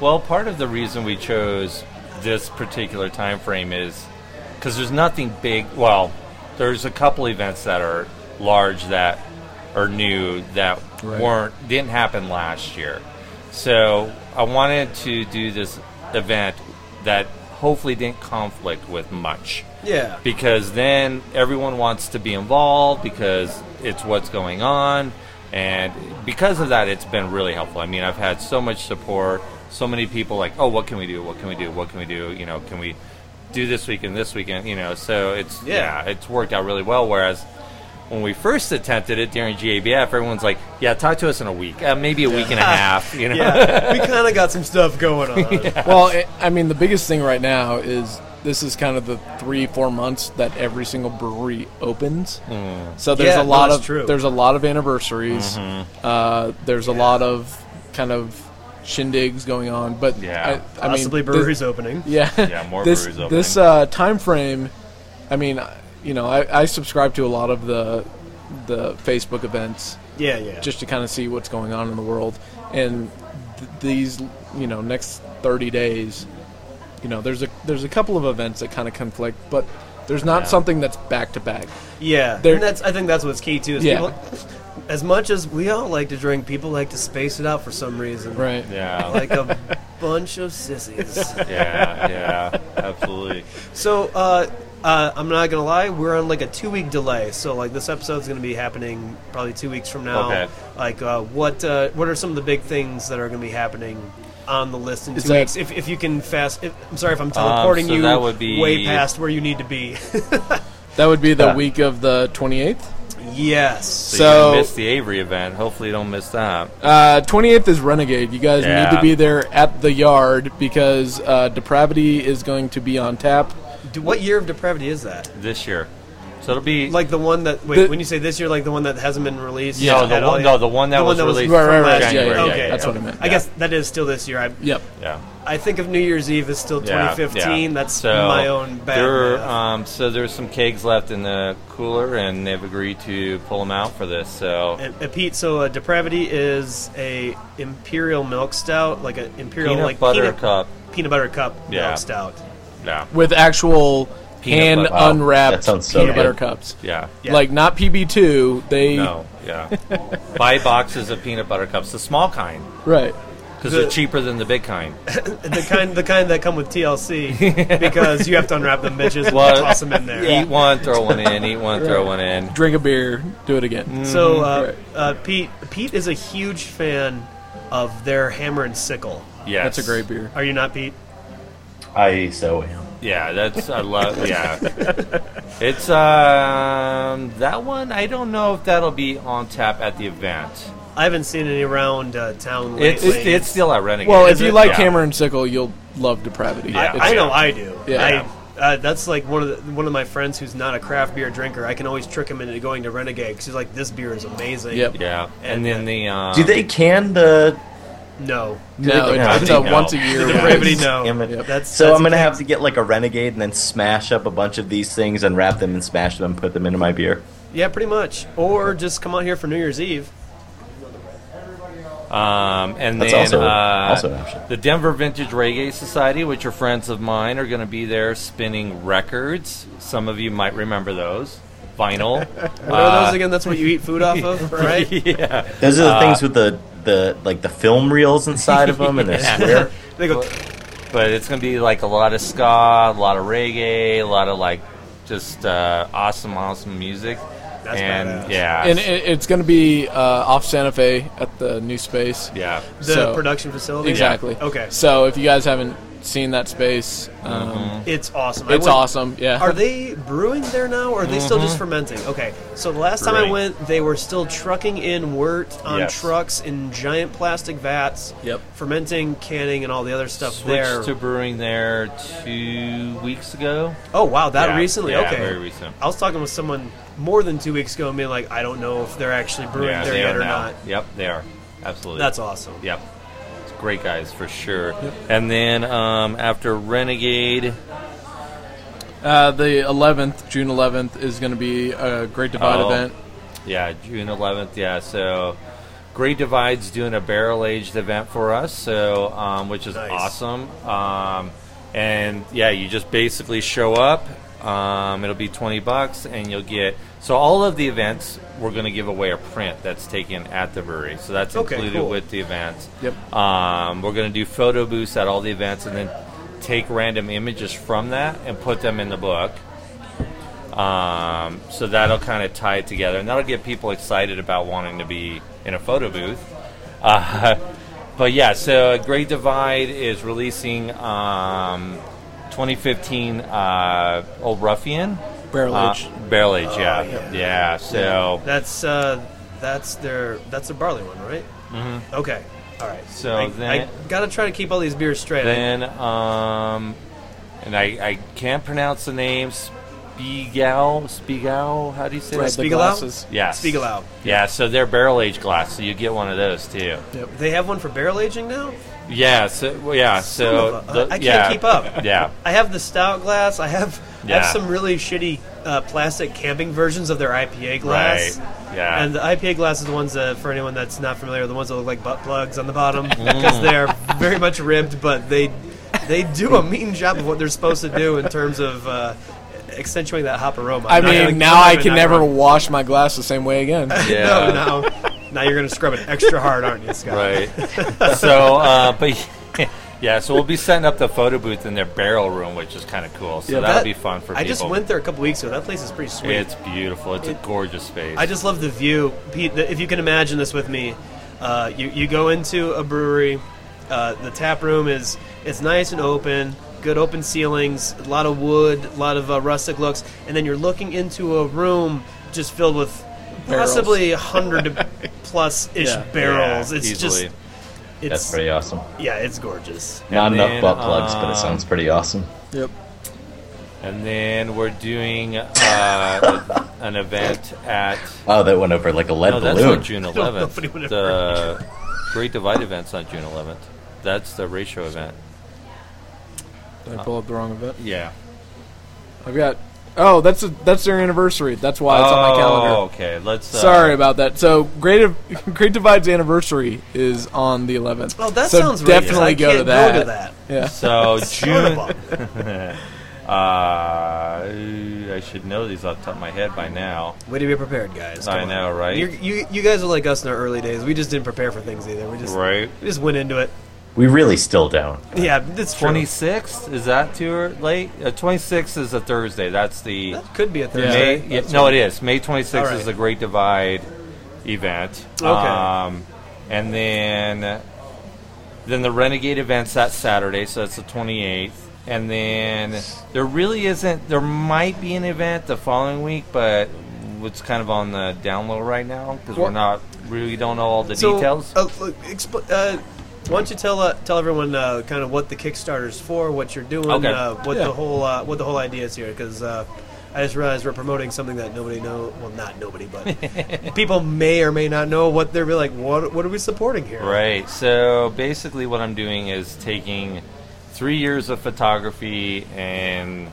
Well, part of the reason we chose this particular time frame is because there's nothing big. Well, there's a couple events that are large that are new that Right. weren't didn't happen last year. So I wanted to do this event that hopefully didn't conflict with much Yeah. because then everyone wants to be involved because it's what's going on and because of that it's been really helpful i mean i've had so much support so many people like oh what can we do what can we do what can we do you know can we do this weekend this weekend you know so it's Yeah. yeah, it's worked out really well whereas when we first attempted it during GABF, everyone's like, "Yeah, talk to us in a week, uh, maybe a week and a half." You know, yeah, we kind of got some stuff going on. Well, i I mean, the biggest thing right now is this is kind of the three four months that every single brewery opens. So there's Hmm. Yeah, a lot that's of true. Mm-hmm. there's a lot of anniversaries. Uh, there's a lot of kind of shindigs going on, but Yeah. I, I mean, Possibly thi- breweries opening. Yeah, Yeah, more this breweries opening. this uh, time frame. I mean, I- you know, I, I subscribe to a lot of the the Facebook events Yeah, yeah. just to kind of see what's going on in the world. And th- these, you know, next 30 days, you know, there's a there's a couple of events that kind of conflict, but there's not Yeah. something that's back to back. yeah. there- And that's I think that's what's key too. Is Yeah. people, as much as we all like to drink, people like to space it out for some reason. Right. yeah, Like a bunch of sissies. yeah, yeah, absolutely. So uh, uh, I'm not gonna lie, we're on like a two week delay. So like this episode's gonna be happening probably two weeks from now. Okay. Like uh, what uh, what are some of the big things that are gonna be happening? On the list in Is two that- weeks, if, if you can fast. If, I'm sorry if I'm teleporting Um, so you that would be- way past where you need to be. That would be the Yeah. week of the 28th. yes. So, So- you missed the Avery event. Hopefully, you don't miss that. Uh, 28th is Renegade. You guys Yeah. need to be there at the yard because uh, Depravity is going to be on tap. Do- what year of depravity is that? this year. So it'll be Like the one that wait, The- when you say this year, like the one that hasn't been released. Yeah. No, the at all one- yet? no, the one that was released Right, right, from right, last yeah, year. yeah, yeah, okay, yeah, that's what I okay. meant. I guess that is still this year. I Yep. yeah. I think of New Year's Eve as still Yeah, 2015. yeah. That's So my own bad. There, math. um, so there's some kegs left in the cooler, and they've agreed to pull them out for this. So and, and Pete, so uh, depravity is a imperial milk stout, like an imperial peanut like butter peanut, cup. peanut butter cup Yeah. milk stout. Yeah, With actual Peanut hand butter. Wow, that unwrapped sounds so peanut good. butter cups. yeah. Yeah. Like not PB2. They No, yeah. Buy boxes of peanut butter cups, the small kind, right. because The- they're cheaper than the big kind. The kind, the kind that come with TLC because you have to unwrap them bitches and Well, toss them in there. Eat one, throw one in. Eat one, throw one in. drink a beer, do it again. So Mm-hmm. uh, Right. uh, Pete, Pete is a huge fan of their hammer and sickle. Yeah, That's a great beer. Are you not, Pete? I so am. Yeah, that's I love. Yeah, it's um that one. I don't know if that'll be on tap at the event. I haven't seen any around uh, town lately. It's it's still at Renegade. Well, if Is you it? like Yeah. Hammer and Sickle, you'll love Depravity. Yeah. It's- I, I know I do. Yeah. I, uh, that's like one of the, one of my friends who's not a craft beer drinker. I can always trick him into going to Renegade because he's like, "This beer is amazing." Yep. yeah, and then the um, Do they can the No, no, they- it's, it's a No. once a year. The Depravity, release. no. Damn it. Yep. Oh, That's- so that's I'm gonna the have to get like a renegade and then smash up a bunch of these things and wrap them and smash them and put them into my beer. yeah, pretty much. Or just come out here for New Year's Eve. Um, and That's then also- uh, also an option. the Denver Vintage Reggae Society, which are friends of mine, are going to be there spinning records. Some of you might remember those vinyl. What Uh, are those again? That's what you eat food off of, right? yeah, Those are the things with the the like the film reels inside of them and they're Yeah. square. They go. but it's going to be like a lot of ska, a lot of reggae, a lot of like just uh, awesome, awesome music. That's and badass. yeah, And it, it's going to be uh, off Santa Fe at the new space. yeah. The So- production facility. Exactly. Okay. So if you guys haven't seen that space, um, It's awesome. I it's went- awesome. Yeah. Are they brewing there now, or are they still just fermenting? Okay, so the last time I Mm-hmm. Brewing. went, they were still trucking in wort on Yes. trucks in giant plastic vats, Yep. fermenting, canning, and all the other stuff Switched there. to brewing there two weeks ago. oh wow, that Yeah, recently? yeah, okay, very recent. I was talking with someone more than two weeks ago, and being like, I don't know if they're actually brewing yeah, there they yet are or now. not. Yep, they are. Absolutely. That's awesome. Yep. It's great guys for sure. And then um, after Renegade, Uh, the 11th, June 11th, is going to be a Great Divide Oh. event. yeah, June 11th, yeah, so Great Divide's doing a barrel aged event for us, so um, which is Nice. awesome. Um, and yeah, you just basically show up. Um, it'll be 20 bucks and you'll get so all of the events we're going to give away a print that's taken at the brewery. So that's Okay, included cool. with the events. Yep. Um, we're going to do photo booths at all the events and then take random images from that and put them in the book. Um, so that'll kind of tie it together and that'll get people excited about wanting to be in a photo booth. Uh, but yeah, so Great Divide is releasing um, 2015 uh, Old Ruffian. Barrel Uh, Age. Oh, barrel Age, yeah. yeah. yeah. so. That's uh, that's their that's the barley one, right? Mm-hmm. Okay, all right. So I, then- I gotta try to keep all these beers straight. Then, um, and I, I can't pronounce the name. Spiegel, Spiegel. How do you say Right, that? the Spiegelau? glasses. Yeah, Spiegelau. Yeah, so they're barrel aged glass, so you get one of those too. They have one for barrel aging now. Yeah, so well, yeah, so Son of a- the- I can't yeah, keep up. Yeah, I have the stout glass. I have I have Yeah. some really shitty uh, plastic camping versions of their IPA right. glass. Yeah, And the IPA glass is the ones that, for anyone that's not familiar, the ones that look like butt plugs on the bottom Mm. because they're very much ribbed, but they they do a mean job of what they're supposed to do in terms of uh, accentuating that hop aroma. I Not mean, gonna- now I not can gonna- never wash my glass the same way again. yeah. No, now, now you're going to scrub it extra hard, aren't you, Scott? Right. so, uh, but yeah, so we'll be setting up the photo booth in their barrel room, which is kind of cool. So Yeah, that'll That- be fun for I people. just went there a couple weeks ago. That place is pretty sweet. It's beautiful. It's a gorgeous space. I just love the view. Pete, the- if you can imagine this with me, uh, you, you go into a brewery. Uh, the tap room is it's nice and open, good open ceilings, a lot of wood, a lot of uh, rustic looks, and then you're looking into a room just filled with Barrels. possibly hundred plus ish Yeah. barrels. Yeah, it's easily. just it's That's pretty awesome. yeah, it's gorgeous. Not And enough then, butt plugs, but um, it sounds pretty awesome. Yep. And then we're doing uh, an event at. Oh, that went over like a lead No, that's balloon. not June don't know if anyone 11th. The Great Divide event's not June 11th. That's the ratio event. Did I pull up the wrong event? Yeah. I've got. Oh, that's a, that's their anniversary. That's why it's on my calendar. Oh, okay. Let's. Uh, Sorry about that. So, Great Great Divide's anniversary is on the 11th. Well, that so sounds right, 'cause definitely I go can't to that. go to that. Yeah. So Son of June. a- Uh, I should know these off the top of my head by now. Way to be prepared, guys. I Come on. know, right? You're, you you guys are like us in our early days. We just didn't prepare for things either. We just Right. we just went into it. We really still don't. Yeah, it's true. Twenty sixth is that too ear- late? Uh, Twenty sixth is a Thursday. That's the That could be a Thursday. May, yeah, no, it is. May 26th All right. is the Great Divide event. Okay. Um, and then then the Renegade event's that Saturday, so that's the 28th. And then there really isn't. There might be an event the following week, but what's kind of on the down low right now because we're Well- not really don't know all the So, details. Uh, look, expl- uh, why don't you tell uh, tell everyone uh, kind of what the Kickstarter's for, what you're doing, Okay. uh, what Yeah. the whole uh, what the whole idea is here? Because uh, I just realized we're promoting something that nobody know. Well, not nobody, but people may or may not know what they're like. What what are we supporting here? Right. So basically, what I'm doing is taking three years of photography and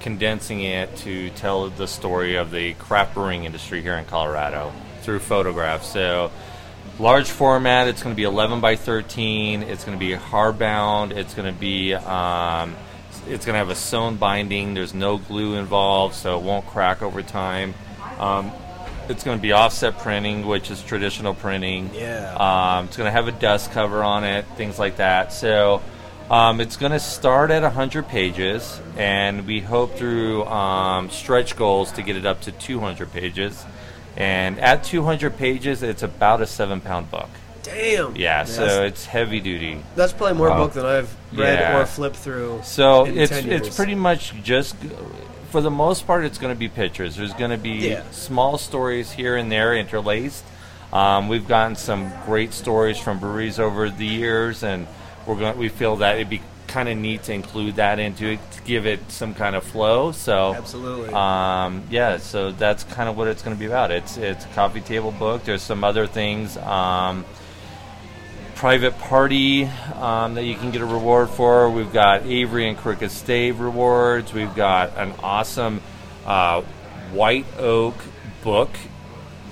condensing it to tell the story of the craft brewing industry here in Colorado through photographs. So large format. It's going to be 11 by 13. It's going to be hardbound. It's going to be um, it's going to have a sewn binding. There's no glue involved, so it won't crack over time. Um, it's going to be offset printing, which is traditional printing. Yeah. Um, it's going to have a dust cover on it, things like that. So um, it's going to start at 100 pages, and we hope through um, stretch goals to get it up to 200 pages. And at 200 pages, it's about a seven pound book. Damn. Yeah, that's, so it's heavy duty. that's probably more Wow. book than I've read Yeah. or flipped through. So in it's 10 it's years. pretty much just for the most part it's going to be pictures. There's going to be Yeah. small stories here and there interlaced. Um, we've gotten some great stories from breweries over the years, and we're going we feel that it'd be kind of neat to include that into it to give it some kind of flow. So Absolutely. um, yeah, so that's kind of what it's going to be about. It's it's a coffee table book. There's some other things. Um, private party um, that you can get a reward for. We've got Avery and Crooked Stave rewards. We've got an awesome uh, white oak book.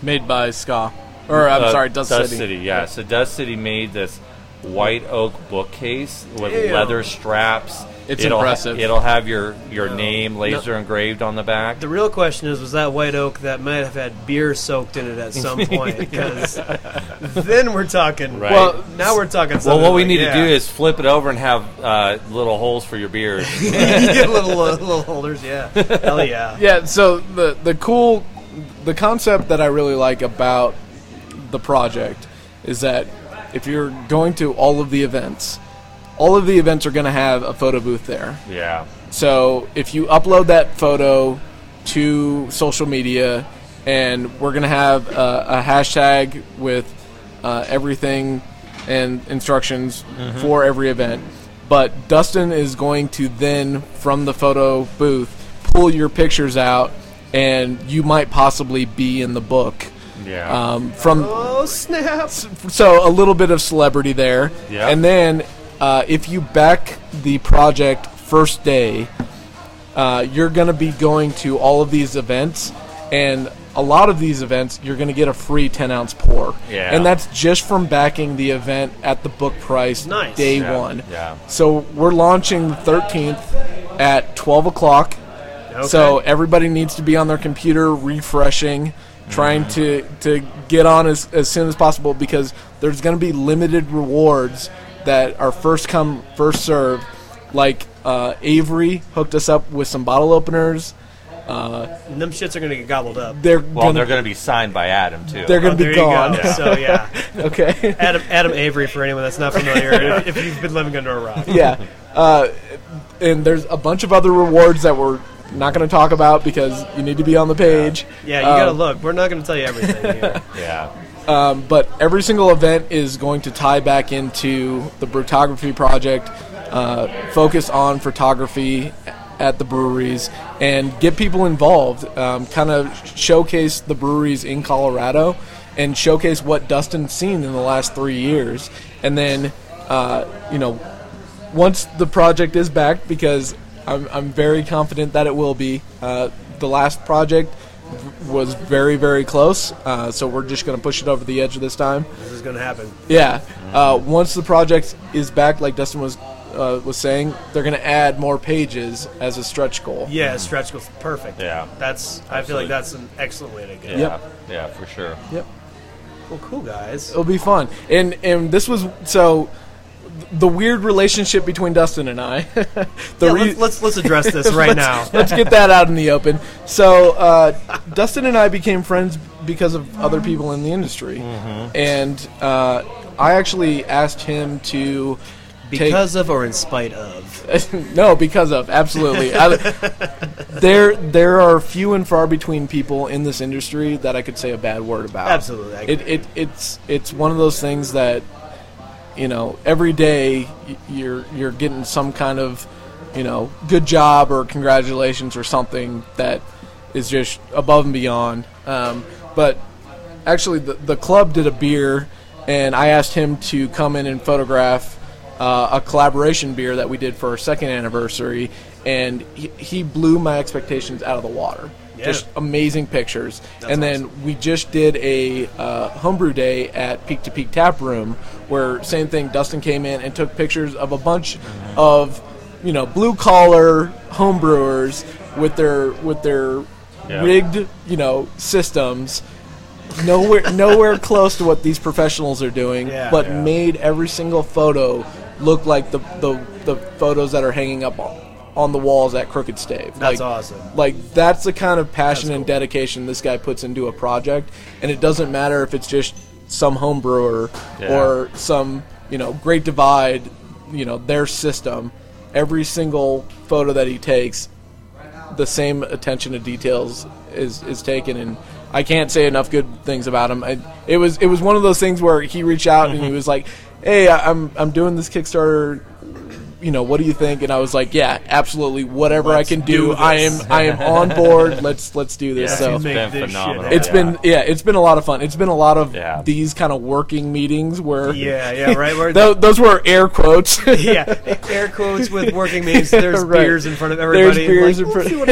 Made by Ska. Or, I'm Uh, sorry, Dust, Dust City. Yeah, so Dust City made this white oak bookcase with Damn. leather straps. It's it'll ha- impressive. it'll have your your No. name laser engraved on the back. The real question is, was that white oak that might have had beer soaked in it at some point? Because then we're talking. Right. Well, now we're talking. Well, something what we like- need yeah. to do is flip it over and have uh, little holes for your beers. get little uh, little holders. Yeah, hell yeah. Yeah, so the the cool the concept that I really like about the project is that if you're going to all of the events, all of the events are going to have a photo booth there. yeah. So if you upload that photo to social media, and we're gonna have a, a hashtag with uh, everything and instructions for every event. But Dustin is going to then, from the photo booth, pull your pictures out, and you might possibly be in the book. Yeah. Um, from Oh snap! so a little bit of celebrity there. Yeah. And then uh, if you back the project first day, uh, you're going to be going to all of these events. And a lot of these events, you're going to get a free 10 ounce pour. Yeah. And that's just from backing the event at the book price Nice. day Yeah, one. yeah. So we're launching the 13th at 12 o'clock. Okay. So everybody needs to be on their computer refreshing, trying to, to get on as, as soon as possible because there's going to be limited rewards that are first come, first serve. Like uh, Avery hooked us up with some bottle openers. and them shits are gonna get gobbled up. They're well, gonna, they're going to be signed by Adam too. They're gonna Oh, be there gone. You go. So yeah, okay. Adam Adam Avery for anyone that's not familiar. if, if you've been living under a rock, yeah. Uh, and there's a bunch of other rewards that we're not going to talk about because you need to be on the page. yeah, you gotta Um, look. We're not gonna tell you everything here. yeah. Um, but every single event is going to tie back into the Brutography Project, uh, focus on photography at the breweries, and get people involved. Um, kind of showcase the breweries in Colorado and showcase what Dustin's seen in the last three years. And then, uh, you know, once the project is back, because I'm, I'm very confident that it will be. Uh, the last project v- was very, very close, uh, so we're just going to push it over the edge this time. This is gonna happen. Yeah. Uh, once the project is back, like Dustin was uh, was saying, they're going to add more pages as a stretch goal. Yeah, stretch goes perfect. Yeah. that's. I feel Absolutely. like that's an excellent way to go. Yeah. Yep. Yeah, for sure. Yep. Well, cool guys. It'll be fun. And and this was so th- the weird relationship between Dustin and I. the Yeah, rea- let's, let's let's address this right now. Let's get that out in the open. So, uh, Dustin and I became friends because of other people Mm-hmm. in the industry, and uh, I actually asked him to Because of or in spite of? no, because of absolutely. I, there, there are few and far between people in this industry that I could say a bad word about. Absolutely, I it, agree. it, it's it's one of those things that you know every day y- you're you're getting some kind of you know good job or congratulations or something that is just above and beyond. Um, but actually, the the club did a beer, and I asked him to come in and photograph uh, a collaboration beer that we did for our second anniversary, and he, he blew my expectations out of the water. Yeah. Just amazing pictures. and then we just did a uh, homebrew day at Peak to Peak Tap Room, where same thing. Dustin came in and took pictures of a bunch of you know blue collar homebrewers with their with their Yeah. rigged you know systems. Nowhere, nowhere close to what these professionals are doing, Yeah. but Yeah. made every single photo look like the, the, the photos that are hanging up on, on the walls at Crooked Stave. That's Like- awesome. like that's the kind of passion That's and cool. dedication this guy puts into a project, and it doesn't matter if it's just some home brewer Yeah. or some you know Great Divide, you know their system. Every single photo that he takes, the same attention to details is is taken, and I can't say enough good things about him. I, it was it was one of those things where he reached out and he was like, "Hey, I- I'm I'm doing this Kickstarter." you know, what do you think? And I was like, yeah, absolutely, whatever Let's I can do do, this. I am I am on board. Let's let's do this. Yeah, so you make been this shit phenomenal. happen. it's been yeah, it's been a lot of fun. It's been a lot of Yeah. these kind of working meetings where Yeah, yeah, right. Where Tho- those were air quotes. yeah, air quotes with working names. There's Right. beers in front of There's everybody. and beers like, in "Let's front- see what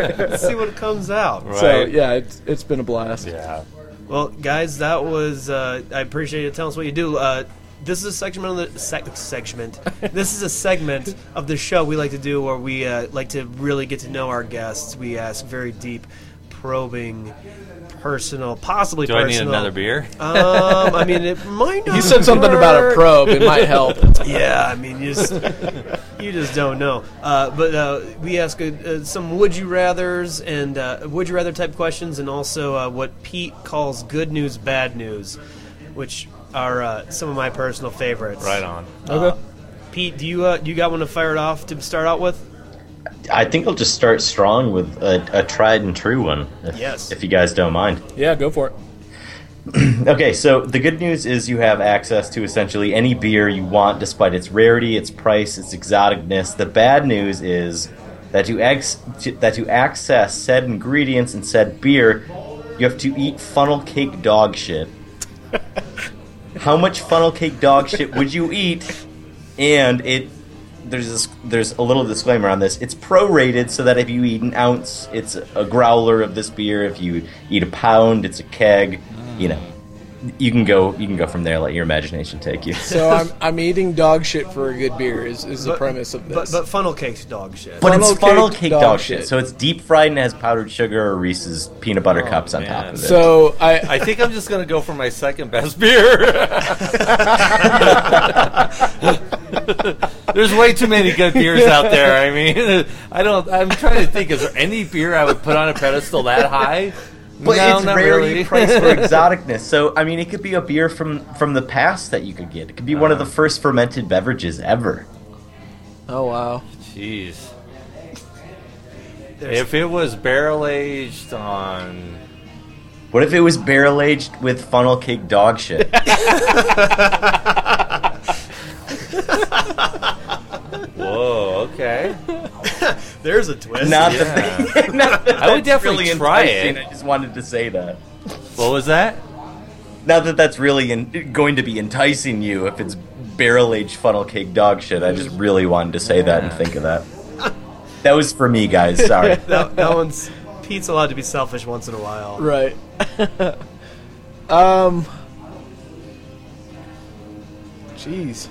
happens. Let's see what comes out. Right. So yeah, it's it's been a blast. Yeah. Well, guys, that was. Uh, I appreciate you telling us what you do. Uh, this is a segment of the sec- segment. this is a segment of the show we like to do where we uh, like to really get to know our guests. We ask very deep, probing, personal, possibly. Do I need personal. another beer? Um, I mean, it might. Not He said something about a work. probe. It might help. Yeah, I mean, you just you just don't know. Uh, but uh, we ask uh, uh, some would you rather's and uh, would you rather type questions, and also uh, what Pete calls good news, bad news, which are uh, some of my personal favorites. Right on. Okay. Pete, do you uh, do you got one to fire it off to start out with? I think I'll just start strong with a, a tried and true one. If, Yes. If you guys don't mind. Yeah, go for it. Okay, so the good news is you have access to essentially any beer you want, despite its rarity, its price, its exoticness. The bad news is that to, ex- to- that to access said ingredients and said beer, you have to eat funnel cake dog shit. How much funnel cake dog shit would you eat? And it there's this, there's a little disclaimer on this. It's prorated so that if you eat an ounce, it's a growler of this beer. If you eat a pound, it's a keg. You know, you can go you can go from there. Let your imagination take you. So I'm I'm eating dog shit for a good beer is, is the premise of But, this. but funnel cakes, dog shit. But it's Funnel funnel cake cake dog dog, shit. shit. So it's deep fried and has powdered sugar or Reese's peanut butter cups on top of man. it. so I, I think I'm just gonna go for my second best beer. There's way too many good beers out there. I mean, I don't. I'm trying to think. Is there any beer I would put on a pedestal that high? but no, it's not rarely really. priced for exoticness. So I mean, it could be a beer from from the past that you could get. It could be one of the Uh-huh. first fermented beverages ever. oh wow. Jeez. There's- If it was barrel aged on, What if it was barrel aged with funnel cake dog shit? whoa, okay. there's a twist. Not Yeah. Yeah. that, they- not that I would that's definitely really try enticing, it. I just wanted to say that. What was that? Not that that's really in, going to be enticing you if it's barrel aged funnel cake dog shit. I just really wanted to say that and Yeah. think of that. That was for me, guys. Sorry. that, that one's Pete's allowed to be selfish once in a while. Right. um. Jeez.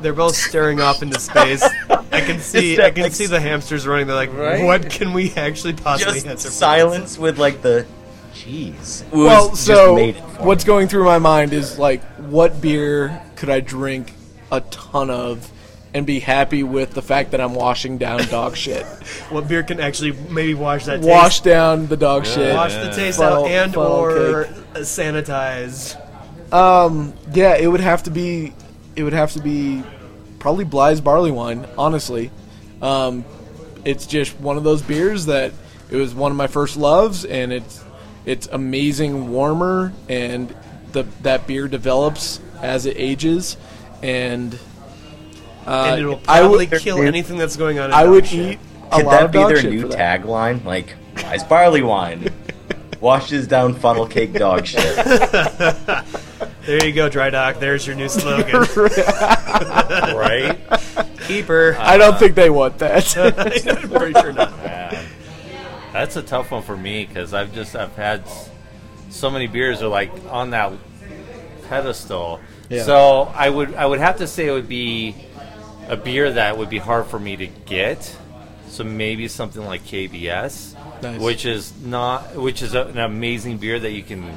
They're both staring off into space. I can see It's I can like- see the hamsters running. They're like, Right? what can we actually possibly just answer? for silence with like the, jeez. It was- Well, just so made it for what's me. going through my mind is like, what beer could I drink a ton of and be happy with the fact that I'm washing down dog shit? this? What beer can actually maybe wash that? Wash taste, down the dog shit. wash Yeah. the taste Funnel- out and funnel or sanitize. Yeah, it would have to be. It would have to be probably Bly's barley wine. Honestly, um, it's just one of those beers that it was one of my first loves, and it's it's amazing warmer, and the that beer develops as it ages, and uh, and it'll I probably would kill anything that's going on. In I dog would shit. eat a Could lot that of be dog their shit new for that. tagline? Like, wise barley wine washes down funnel cake dog shit. There you go, Dry Dock. There's your new slogan. right? Keeper. Uh, I don't think they want that. I'm pretty sure not. Man. Um, That's a tough one for me because I've just I've had s- so many beers are like on that pedestal. Yeah. So I would I would have to say it would be a beer that would be hard for me to get. So maybe something like KBS, Nice. which is not which is a, an amazing beer that you can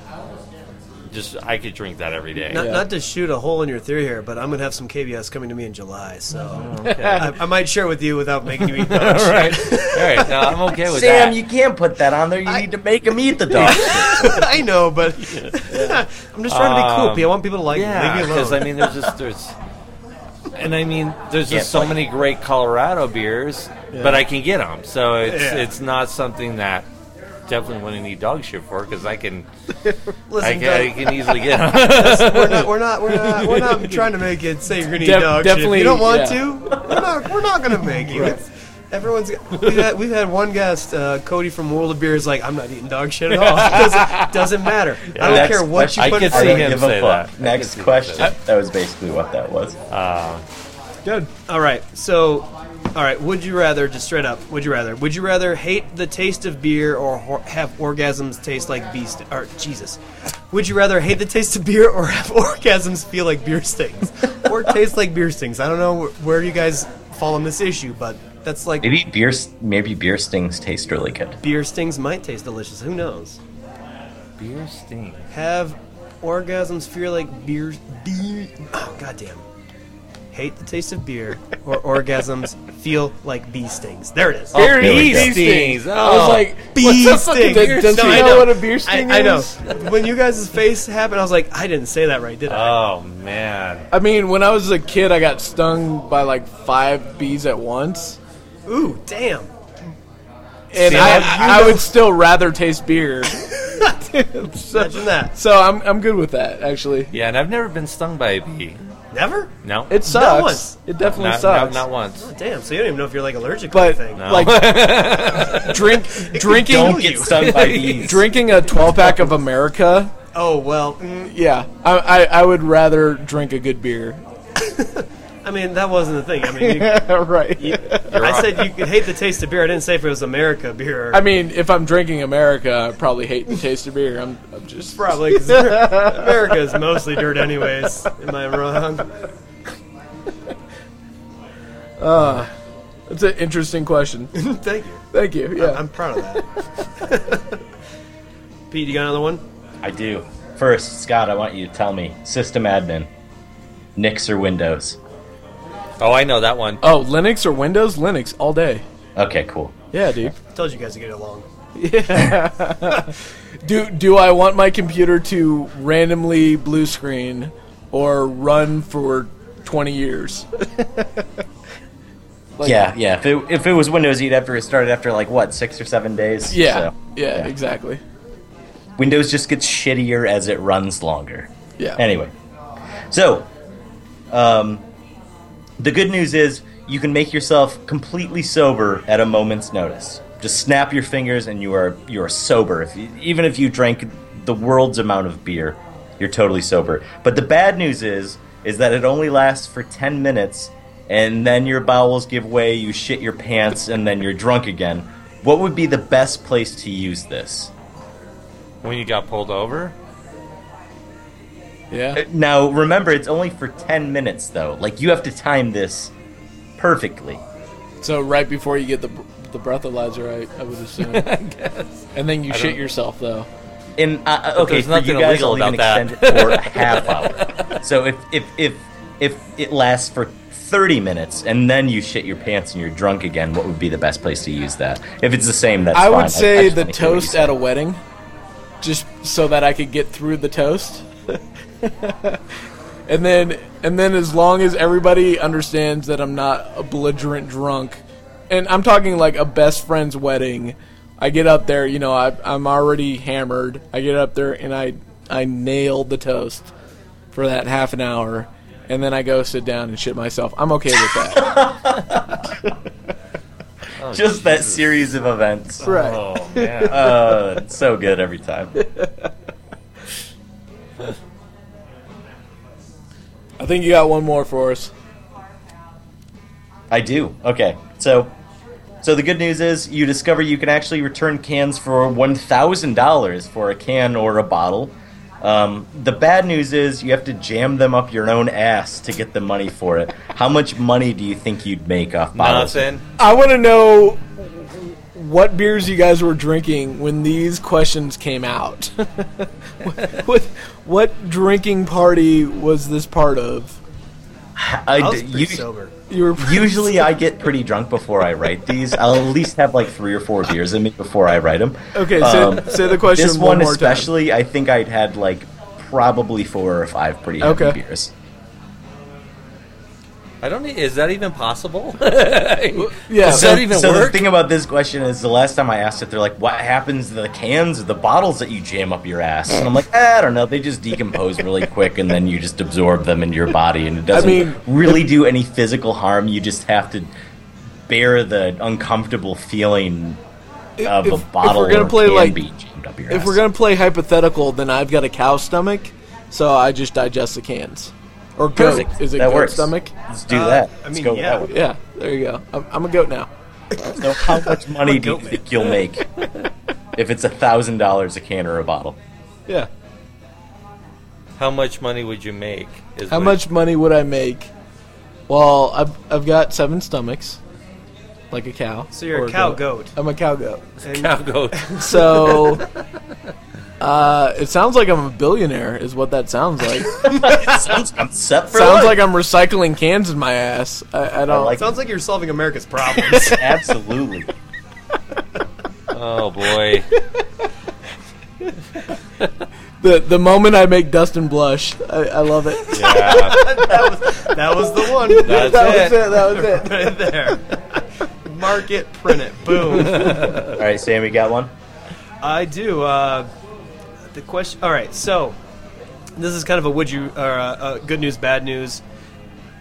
just I could drink that every day. Not, Yeah. not to shoot a hole in your theory here, but I'm gonna have some KBS coming to me in July, so Oh, Okay. I, I might share with you without making you eat dog All shit. right, all right. No, I'm okay with Sam, that. you can't put that on there. You need to make him eat the dog shit. I know, but I'm just trying to be Um, kooky. I want people to like Yeah, leave me alone. because I mean, there's just there's, and I mean, there's Yeah, just so but- many great Colorado beers, but I can get them. So it's Yeah. it's not something that definitely wouldn't need dog shit for because I can I Listen, can, I Doug, can easily get them. we're not we're not we're not we're not trying to make it say you're gonna eat Def- dog shit. If definitely, you don't want yeah. to, we're not we're not gonna make you. It's- Everyone's we've had, we've had one guest, uh, Cody from World of Beer, is like, I'm not eating dog shit at all. It doesn't, doesn't matter. I don't Next care what you question. I put. could in I see front of don't him me. give a say fuck. that. I could Next see him question. say That was basically what that was. Good. All right, so. All right. Would you rather just straight up? Would you rather? Would you rather hate the taste of beer or hor- have orgasms taste like bee st- or Jesus? Would you rather hate the taste of beer or have orgasms feel like beer stings or taste like beer stings? I don't know wh- where you guys fall on this issue, but that's like Maybe beer, maybe beer stings taste really good. beer stings might taste delicious. Who knows? Beer stings. Have orgasms feel like beer beer? Oh goddamn! Hate the taste of beer or orgasms feel like bee stings. There it is. Oh, Beer bee stings. stings. Oh. I was like, bee what's up sting. with the- Does No, I he know, what a beer sting I, I know. is? Uh, when you guys' face happened, I was like, I didn't say that right, did I? oh man, I mean, when I was a kid, I got stung by like five bees at once, Ooh, damn. and See, I, now I, would still rather taste beer. so, Imagine that. so I'm I'm good with that actually. yeah, and I've never been stung by a bee. Never? No, It Not sucks. once. It definitely not, sucks. not, not once. Oh, damn. So you don't even know if you're like allergic but to anything. No. like drink kill drinking Don't get you. stung by bees. drinking a 12 pack of America. Oh well. mm, Yeah, I, I I would rather drink a good beer. I mean, that wasn't the thing. I mean, you, right. you- I said you could hate the taste of beer. I didn't say if it was America beer. or- I mean, if I'm drinking America, I probably hate the taste of beer. I'm, I'm just Probably, 'cause America is mostly dirt, anyways. Am I wrong? That's an interesting question. Thank you. Thank you. Yeah. I'm proud of that. Pete, you got another one? I do. First, Scott, I want you to tell me system admin, Nix or Windows. Oh, I know that one. oh, Linux or Windows? Linux all day. Okay, cool. Yeah, dude. Told you guys to get along. Do do I want my computer to randomly blue screen or run for 20 years? Like- yeah, yeah. If it, if it was Windows, you'd have to restart it after like what six or seven days. Yeah. So, yeah, exactly. Windows just gets shittier as it runs longer. Yeah. Anyway, so um, the good news is you can make yourself completely sober at a moment's notice. Just snap your fingers and you are you are sober. If you, even if you drank the world's amount of beer, you're totally sober. But the bad news is is that it only lasts for 10 minutes and then your bowels give way, you shit your pants and then you're drunk again. What would be the best place to use this? When you got pulled over. Yeah. Now, remember, it's only for 10 minutes, though. Like, you have to time this perfectly. So right before you get the the breathalyzer, I, I would assume. I guess. And then you shit don't- yourself though. And, uh, uh, okay, there's for you nothing guys, illegal I'll even about extend it for a half hour. So if, if, if, if it lasts for 30 minutes and then you shit your pants and you're drunk again, what would be the best place to use that? If it's the same, that's I fine. would say just the wanna hear what you toast said. at a wedding, just so that I could get through the toast. and then and then as long as everybody understands that I'm not a belligerent drunk, and I'm talking like a best friend's wedding, I get up there, you know, I, I'm already hammered. I get up there and I I nail the toast for that half an hour, and then I go sit down and shit myself. I'm okay with that. Just that series of events. right. Oh man. Uh, it's so good every time. I think you got one more for us. I do. Okay. So so the good news is you discover you can actually return cans for $1,000 for a can or a bottle. Um, the bad news is you have to jam them up your own ass to get the money for it. How much money do you think you'd make off bottles? Nothing. I want to know what beers you guys were drinking when these questions came out. what, what, what drinking party was this part of? I I was d- pretty you- sober. You were Usually I get pretty drunk before I write these. I'll at least have like three or four beers in me before I write them. okay. Say, say the question um, this one, one more time. especially, I think I'd had like probably four or five pretty heavy Okay. beers. I don't. e- Is that even possible? yeah. Does So- that even so work? the thing about this question is the last time I asked it, they're like, "What happens to the cans or the bottles that you jam up your ass?" And I'm like, "Eh, "I don't know. They just decompose really quick, and then you just absorb them into your body, and it doesn't mean- really do any physical harm. You just have to bear the uncomfortable feeling of if- a if we're bottle gonna or play, can like- being jammed up your If ass. we're gonna play hypothetical, then I've got a cow stomach, so I just digest the cans. Or goat? Perfect. Is it that goat works. stomach? Let's do Uh, that. I Let's mean, go with yeah. that one. Yeah. There you go. I'm, I'm a goat now. So how much money do you goat think you'll make if it's a thousand dollars a can or a bottle? Yeah. How much money would you make? Is How what- much money would I make? Well, I've, I've got seven stomachs, like a cow. So you're or a cow goat. I'm a cow goat. And- Cow goat. So uh, it sounds like I'm a billionaire, is what that sounds like. Sounds I'm set for sounds life. like I'm recycling cans in my ass. I, I don't. like- Sounds like you're solving America's problems. Absolutely. Oh boy. the the moment I make Dustin blush, I, I love it. Yeah. that was the one. That's that it. was it. That was it. right there. Mark it, print it, boom. All right, Sam, we got one. I do. Uh, the question. All right, so this is kind of a would you or uh, uh, good news, bad news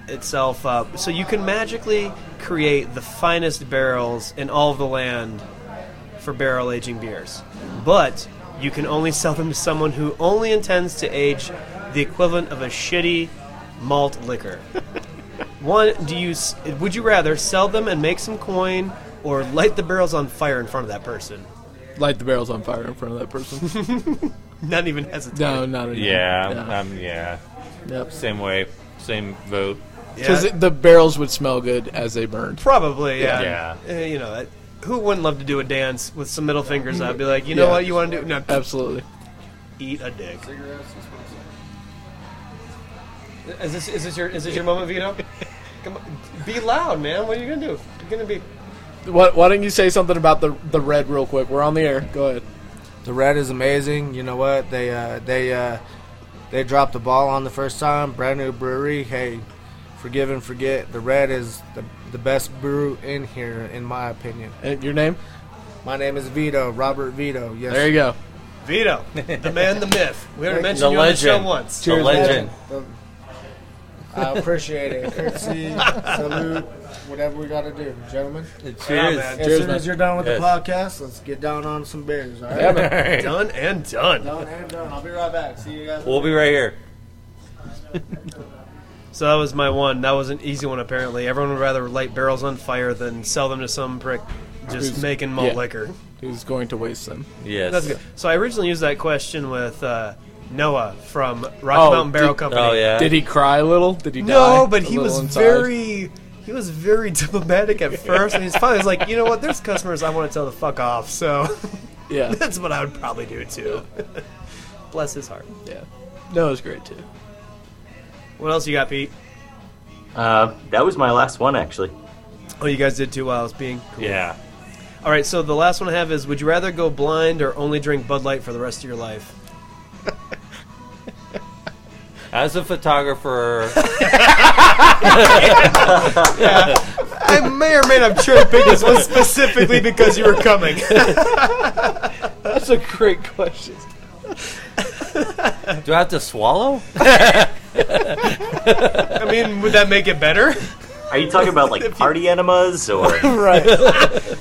itself. Uh, so you can magically create the finest barrels in all of the land for barrel aging beers, but you can only sell them to someone who only intends to age the equivalent of a shitty malt liquor. One, do you s- would you rather sell them and make some coin, or light the barrels on fire in front of that person? Light the barrels on fire in front of that person. Not even hesitate. No, not anymore. Yeah. Um, yeah. Yep. Same way. Same vote. Because Yeah, the barrels would smell good as they burned. probably. Yeah. Yeah. Uh, you know, that- who wouldn't love to do a dance with some middle fingers? I'd be like, you know Yeah. what, you want to do? No, Absolutely. eat a dick. Is this is this your is this your moment, Vito? Come on, be loud, man. What are you gonna do? You're gonna be. What, why don't you say something about the the red real quick? We're on the air. Go ahead. The red is amazing. You know what? They uh, they uh, they dropped the ball on the first time. Brand new brewery. Hey, forgive and forget. The red is the, the best brew in here, in my opinion. And your name? My name is Vito, Robert Vito. Yes. There you go. Vito, the man, the myth. We already mentioned The you on legend. the show once. The legend. The- I appreciate it. Courtesy, salute, whatever we got to do, gentlemen. man. As Cheers, soon as you're done with Yes. the podcast, let's get down on some beers. All right. Done and done. Done and done. I'll be right back. See you guys. We'll be right here. So that was my one. That was an easy one, apparently. Everyone would rather light barrels on fire than sell them to some prick just Who's- making malt yeah. liquor. Who's going to waste them? Yes. That's good. So I originally used that question with uh, Noah from Rocky Oh, Mountain Barrel did- Company. Oh yeah. Did he cry a little? Did he die? No, but a he little was inside? very he was very diplomatic at first, and he's finally was like, you know what? There's customers I want to tell the fuck off. So Yeah, that's what I would probably do too. Bless his heart. yeah. No, it was great too. What else you got, Pete? Uh, that was my last one, actually. Oh, you guys did too while I was being. Cool. Yeah. All right. So the last one I have is: Would you rather go blind or only drink Bud Light for the rest of your life? as a photographer, I may or may not have sure to pick this one specifically because you were coming. That's a great question. do I have to swallow? I mean, would that make it better? Are you talking about like party enemas or? Right.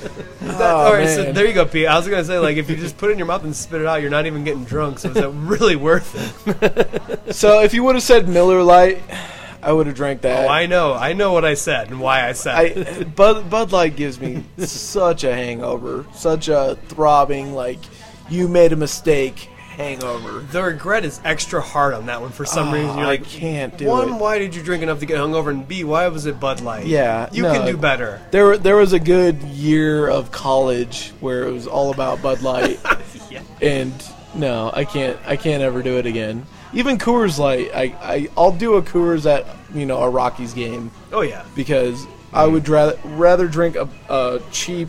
All right, so Oh, man. there you go, Pete. I was gonna say like if you just put it in your mouth and spit it out, you're not even getting drunk. So is that really worth it? so if you would have said Miller Lite, I would have drank that. Oh, I know, I know what I said and why I said. it. I Bud Bud Light gives me such a hangover, such a throbbing like you made a mistake hangover. the regret is extra hard on that one for some reason. You're Ah, I like, can't do one, it. why did you drink enough to get hungover, and B, why was it Bud Light? Yeah, you no. can do better. There were- there was a good year of college where it was all about Bud Light, and no, I can't I can't ever do it again. Even Coors Light, I, I I'll do a Coors at you know a Rockies game Oh yeah, because I would rather Mm. rather drink a, a cheap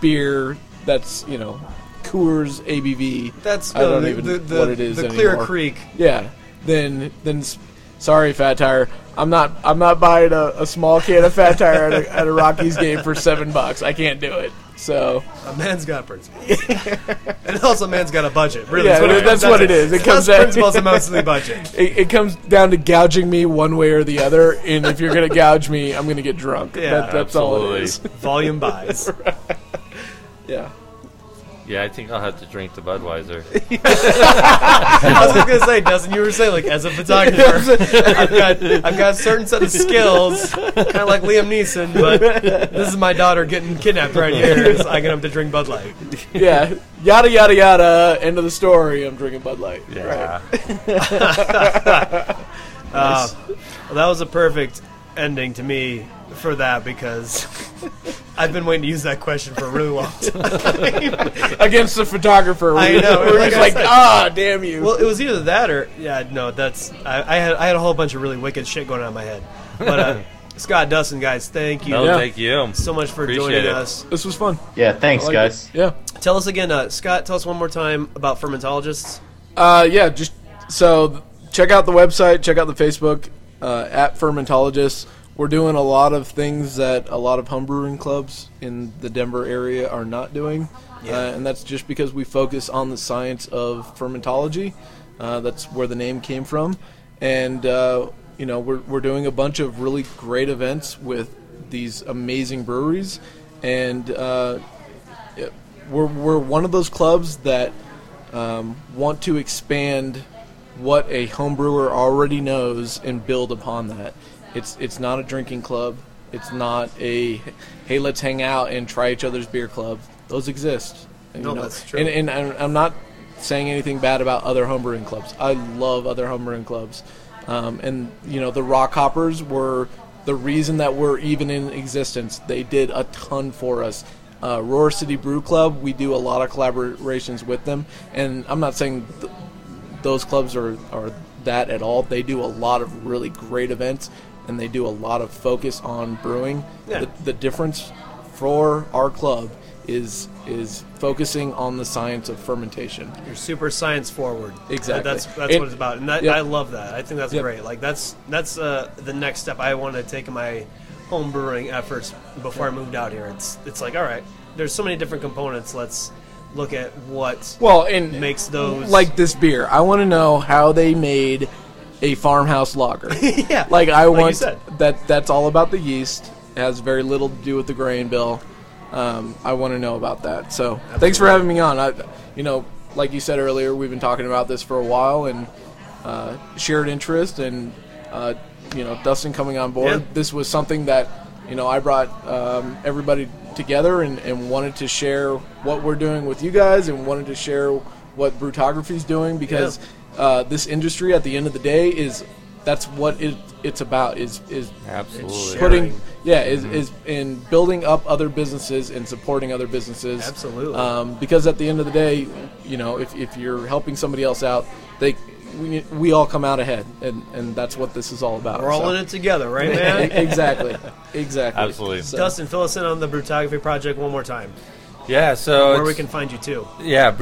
beer that's you know Coors ABV. that's I don't the, even the, the, what it is the Clear anymore. Creek. Yeah. Then then, s- sorry, Fat Tire. I'm not I'm not buying a, a small can of Fat Tire at a, at a Rockies game for seven bucks. I can't do it. So A man's got principles, and also a man's got a budget. Really, Yeah, is that's what it is. It comes down down- principles and mostly budget. it, it comes down to gouging me one way or the other. And if you're gonna gouge me, I'm gonna get drunk. Yeah, that, that's all it absolutely. is. Volume buys. Yeah. Yeah, I think I'll have to drink the Budweiser. I was just gonna say, Dustin, you were saying like as a photographer, I've got I've got a certain set of skills, kind of like Liam Neeson, but this is my daughter getting kidnapped right here. So I'm gonna have to drink Bud Light. Yeah. Yada yada yada. End of the story. I'm drinking Bud Light. Yeah. Uh, well, that was a perfect ending to me for that because I've been waiting to use that question for a really long time. Against the photographer. I we- know, We're like just I like, said. ah, damn you. well, it was either that or yeah, no, that's I, I had I had a whole bunch of really wicked shit going on in my head, but. Uh, Scott Dustin, guys, thank you No, Yeah. thank you. so much for Appreciate joining it. us. this was fun. Yeah, thanks, I liked guys. it. Yeah. Tell us again, uh, Scott. Tell us one more time about fermentologists. Uh, yeah, just so th- check out the website, check out the Facebook uh, at Fermentologists. We're doing a lot of things that a lot of homebrewing clubs in the Denver area are not doing, uh, and that's just because we focus on the science of fermentology. Uh, that's where the name came from, and uh, you know we're we're doing a bunch of really great events with these amazing breweries, and uh, we're, we're one of those clubs that um, want to expand what a homebrewer already knows and build upon that. It's it's not a drinking club. It's not a hey let's hang out and try each other's beer club. Those exist. you No, that's true. And, and I'm I'm not saying anything bad about other homebrewing clubs. I love other homebrewing clubs. Um, and you know the Rock Hoppers were the reason that we're even in existence. They did a ton for us. Uh, Roar City Brew Club, we do a lot of collaborations with them. And I'm not saying th- those clubs are, are that at all. They do a lot of really great events and they do a lot of focus on brewing. Yeah. The, the difference for our club is is focusing on the science of fermentation. You're super science forward. Uh, Exactly. That's that's It- what it's about, and that, Yep. I love that. I think that's Yep. great. Like that's that's uh, the next step I want to take in my home brewing efforts before I moved out here. It's it's like all right, there's so many different components. Let's look at what Well, and makes those like this beer. I want to know how they made a farmhouse lager. yeah. like I you want said. that. That's all about the yeast. It has very little to do with the grain bill. Um, I want to know about that. So thanks for having me on. I, you know, like you said earlier, we've been talking about this for a while and uh, shared interest and uh, you know Dustin coming on board. Yeah. This was something that you know I brought um, everybody together and, and wanted to share what we're doing with you guys and wanted to share what Brutography is doing because uh, this industry at the end of the day is that's what it, it's about is is Absolutely. putting yeah is, is in building up other businesses and supporting other businesses Absolutely. um, because at the end of the day you know if, if you're helping somebody else out they we, we all come out ahead and, and that's what this is all about we're all so. in it together, right, man? exactly exactly Absolutely. So- Dustin, fill us in on the Brutography project one more time. Yeah, so where we it's- can find you too. Yeah,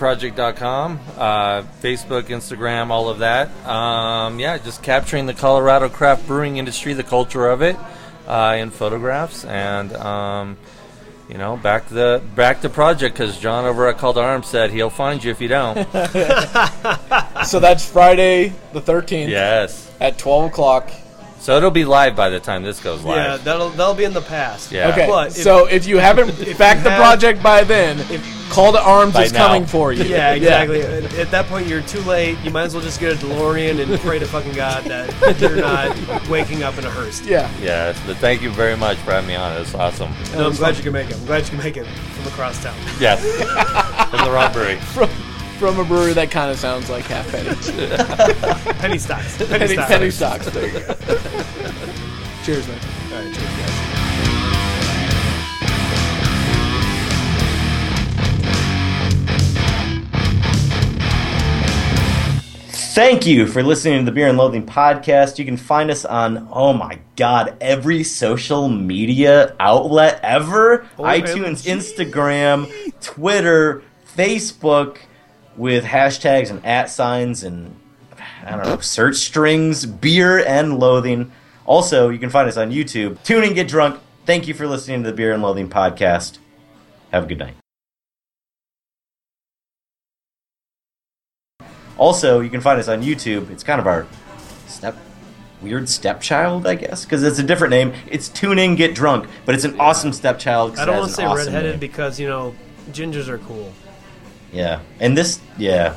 brutographyproject.com, uh, Facebook, Instagram, all of that. Um, yeah, just capturing the Colorado craft brewing industry, the culture of it, uh, in photographs, and um, you know, back the back the project because John over at Call to Arms said he'll find you if you don't. So that's Friday the 13th yes, at 12 o'clock. so it'll be live by the time this goes Yeah, live. that'll that'll be in the past. Yeah. Okay, But if- so if you haven't backed the have- project by then, Call to Arms By is now. coming for you. Yeah, exactly. At, at that point, you're too late. You might as well just get a DeLorean and pray to fucking God that you're not waking up in a hearse. Yeah. Yes, but thank you very much for having me on. It's awesome. No, I'm glad you can make it. I'm glad you can make it from across town. Yes, from the robbery. From, from a brewery that kind of sounds like half penny. Penny stocks. Penny, penny, stocks. penny stocks. There you go. Cheers, man. All right, cheers, guys. Thank you for listening to the Beer and Loathing podcast. You can find us on oh my god every social media outlet ever: iTunes, Instagram, Twitter, Facebook, with hashtags and at signs and I don't know search strings. Beer and Loathing. Also, you can find us on YouTube. Tune in, get drunk. Thank you for listening to the Beer and Loathing podcast. Have a good night. Also, you can find us on YouTube. It's kind of our step weird stepchild, I guess, because it's a different name. It's tune in, get drunk, but it's an awesome stepchild. 'cause I it don't has want to an say awesome redheaded name. because you know gingers are cool. Yeah, and this, yeah.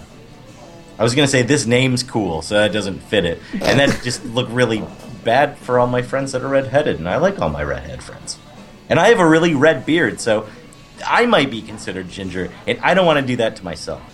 I was gonna say this name's cool, so that doesn't fit it, and that just look really bad for all my friends that are redheaded, and I like all my redhead friends, and I have a really red beard, so I might be considered ginger, and I don't want to do that to myself.